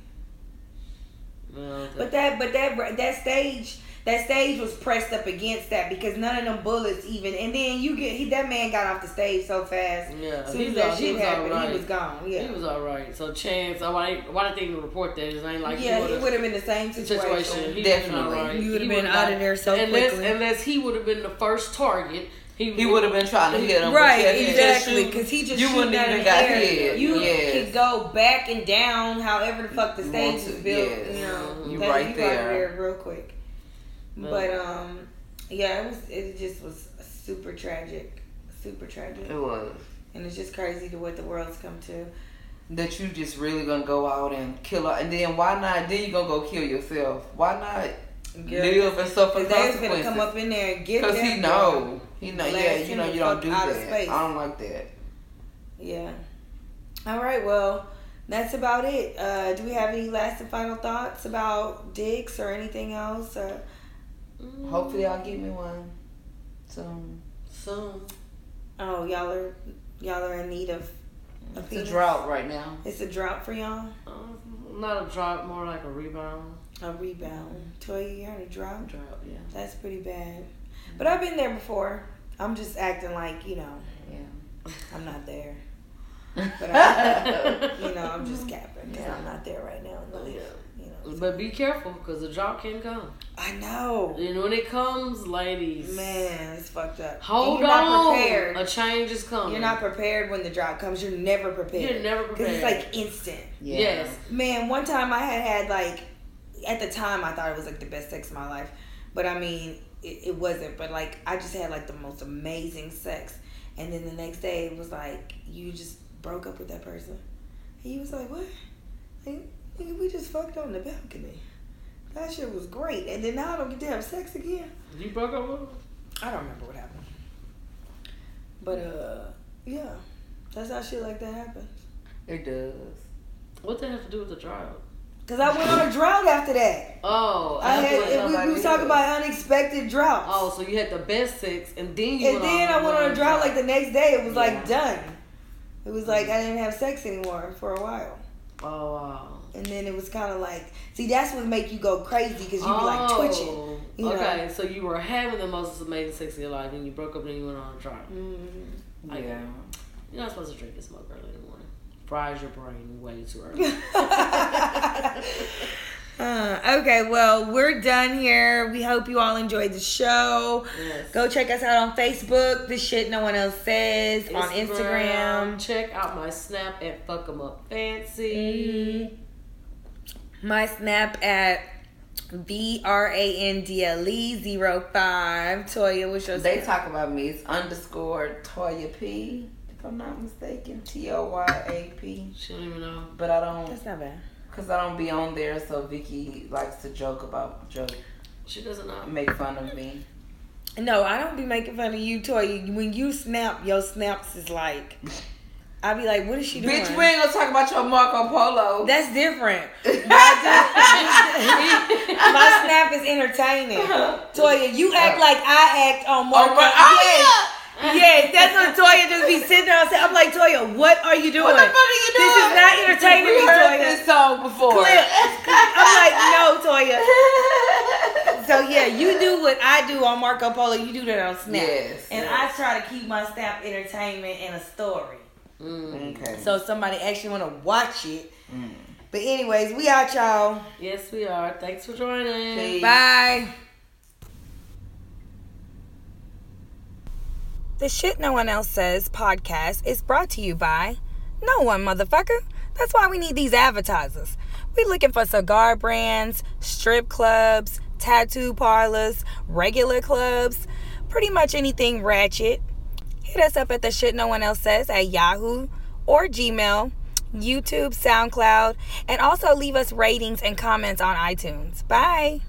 Speaker 3: Well,
Speaker 2: But that but that that stage that stage was pressed up against that because none of them bullets even and then you get he, that man got off the stage so fast.
Speaker 3: yeah,
Speaker 2: As soon
Speaker 3: he
Speaker 2: as
Speaker 3: was,
Speaker 2: that
Speaker 3: all- he
Speaker 2: shit
Speaker 3: was
Speaker 2: happened,
Speaker 3: all right.
Speaker 2: he was gone. Yeah.
Speaker 3: He was all right. So Chance, uh, why they- why did they even report that? It ain't like he
Speaker 2: yeah,
Speaker 3: would've-
Speaker 2: he would have been the same situation.
Speaker 3: situation. He
Speaker 4: Definitely.
Speaker 3: would've been all right.
Speaker 2: You would've
Speaker 3: He
Speaker 2: been
Speaker 3: would've
Speaker 2: out of
Speaker 3: got-
Speaker 2: there so
Speaker 3: unless,
Speaker 2: quickly.
Speaker 3: Unless he would have been the first target, he
Speaker 4: he would have been trying to hit him. but
Speaker 2: Right,
Speaker 4: yeah, he just
Speaker 2: exactly.
Speaker 4: shoot-
Speaker 2: Because he just
Speaker 4: You
Speaker 2: shooting
Speaker 4: wouldn't
Speaker 2: out
Speaker 4: even
Speaker 2: of
Speaker 4: got
Speaker 2: the air.
Speaker 4: hit.
Speaker 2: You
Speaker 4: Yes.
Speaker 2: could go back and down, however the fuck the
Speaker 4: You
Speaker 2: stage
Speaker 4: want to,
Speaker 2: is built.
Speaker 4: yes.
Speaker 2: You know,
Speaker 4: You
Speaker 2: That-
Speaker 4: right
Speaker 2: you Got
Speaker 4: there.
Speaker 2: there real quick. But um, yeah, it was. It just was super tragic, super tragic,
Speaker 4: It was
Speaker 2: and it's just crazy to what the world's come to.
Speaker 4: that you just really gonna go out and kill. her- And then why not? Then you gonna go kill yourself. Why not live and suffer
Speaker 2: Cause they was gonna
Speaker 4: consequences?
Speaker 2: come up in there and get
Speaker 4: Because
Speaker 2: that girl.
Speaker 4: he know. He know. Yeah,
Speaker 2: Blast
Speaker 4: you
Speaker 2: him
Speaker 4: know
Speaker 2: the
Speaker 4: you don't
Speaker 2: fuck
Speaker 4: do
Speaker 2: out of
Speaker 4: that.
Speaker 2: space.
Speaker 4: I don't like that.
Speaker 2: Yeah. All right. Well, that's about it. Uh, do we have any last and final thoughts about dicks or anything else? Or
Speaker 4: Hopefully, I'll get me one soon.
Speaker 3: soon.
Speaker 2: oh, y'all are y'all are in need of a
Speaker 4: It's a
Speaker 2: penis?
Speaker 4: drought right now.
Speaker 2: It's a drought for y'all.
Speaker 3: Uh, not a drop, more like a rebound.
Speaker 2: A rebound. Toya, you're in a drought.
Speaker 4: Drought, yeah,
Speaker 2: That's pretty bad. But I've been there before. I'm just acting like you know
Speaker 4: yeah.
Speaker 2: I'm not there.
Speaker 4: But [LAUGHS]
Speaker 2: You know I'm just capping because I'm not there right now. In life, You know.
Speaker 3: But be careful because the drop can come.
Speaker 2: I know.
Speaker 3: And when it comes, ladies,
Speaker 2: Man, it's fucked up. And
Speaker 3: hold
Speaker 2: you're
Speaker 3: on.
Speaker 2: Not prepared.
Speaker 3: A change is coming.
Speaker 2: You're not prepared when the drought comes. You're never prepared.
Speaker 3: You're never
Speaker 2: Because it's
Speaker 3: prepared.
Speaker 2: like instant.
Speaker 4: yeah.
Speaker 3: Yes.
Speaker 2: Man, one time I had had like, at the time I thought it was like the best sex of my life, but I mean it, it wasn't. But like I just had like the most amazing sex, and then the next day it was like you just broke up with that person. And you was like, what? Like, nigga, we just fucked on the balcony. That shit was great. And then now I don't get to have sex again.
Speaker 3: You broke up with him?
Speaker 2: I don't remember what happened. But uh yeah. That's how shit like that happens.
Speaker 4: It does.
Speaker 3: What that have to do with the drought?
Speaker 2: Cause I went
Speaker 3: [LAUGHS]
Speaker 2: on a drought after that.
Speaker 3: Oh,
Speaker 2: I
Speaker 3: that's what-
Speaker 2: had we, we was talking about unexpected droughts.
Speaker 3: Oh, so you had the best sex and then you
Speaker 2: and
Speaker 3: went
Speaker 2: then
Speaker 3: on
Speaker 2: I went on a drought like the next day. It was
Speaker 4: Yeah.
Speaker 2: like done. It was like I didn't have sex anymore for a while.
Speaker 3: Oh wow.
Speaker 2: And then it was kind of like, see, that's what make you go crazy because you be
Speaker 3: Oh.
Speaker 2: like
Speaker 3: [LAUGHS]
Speaker 2: twitching. [LAUGHS] you know.
Speaker 3: okay, so you were having the most amazing sex of your life, and you broke up and you went on a drive. I-
Speaker 4: Yeah.
Speaker 3: You're not supposed to drink and smoke early in the morning. Fries your brain way
Speaker 2: [LAUGHS]
Speaker 3: too early.
Speaker 2: Uh, okay, well, we're done here. We hope you all enjoyed the show.
Speaker 3: Yes.
Speaker 2: Go check us out on Facebook, The Shit No One Else Says, on Instagram.
Speaker 3: Check out my snap at fuck 'em up fancy.
Speaker 2: My snap at V R A N D L E 05. Toya, what's your
Speaker 4: They
Speaker 2: snap?
Speaker 4: talk about me. It's underscore Toya P. If I'm not mistaken, T O Y A
Speaker 2: Mm-hmm.
Speaker 4: P.
Speaker 3: She don't even know.
Speaker 4: But I don't,
Speaker 2: That's not bad.
Speaker 4: cause I don't be on there. So Vicky likes to joke about joke,
Speaker 3: She doesn't know.
Speaker 4: make fun of me.
Speaker 2: No, I don't be making fun of you, Toya. When you snap, your snaps is like, I be like, what is she doing?
Speaker 4: Bitch, we ain't gonna talk about your Marco
Speaker 2: [LAUGHS]
Speaker 4: Polo. [LAUGHS]
Speaker 2: That's different. My [LAUGHS] snap is entertaining. Toya, you act like I act Uh. on Marco.
Speaker 4: Oh, my- oh,
Speaker 2: yes. yes, that's what Toya just be sitting there and say. I'm like, Toya, what are you doing?
Speaker 4: What the fuck are you doing?
Speaker 2: This is not entertaining
Speaker 4: We
Speaker 2: me,
Speaker 4: heard
Speaker 2: Toya.
Speaker 4: this song before.
Speaker 2: Clip.
Speaker 4: [LAUGHS]
Speaker 2: I'm like, no, Toya. So yeah, you do what I do on Marco Polo. You do that on Snap.
Speaker 4: Yes.
Speaker 2: And I try to keep my Snap entertainment and a story.
Speaker 3: Mm.
Speaker 4: Okay. Mm.
Speaker 2: So somebody actually want to watch it. But anyways, we out, y'all.
Speaker 3: Yes, we are. Thanks for joining.
Speaker 4: Peace.
Speaker 2: Bye. The Shit No One Else Says podcast is brought to you by No One Motherfucker. That's why we need these advertisers. We're looking for cigar brands, strip clubs, tattoo parlors, regular clubs, pretty much anything ratchet. Hit us up at the Shit No One Else Says at Yahoo or Gmail, YouTube, SoundCloud, and also leave us ratings and comments on iTunes. Bye.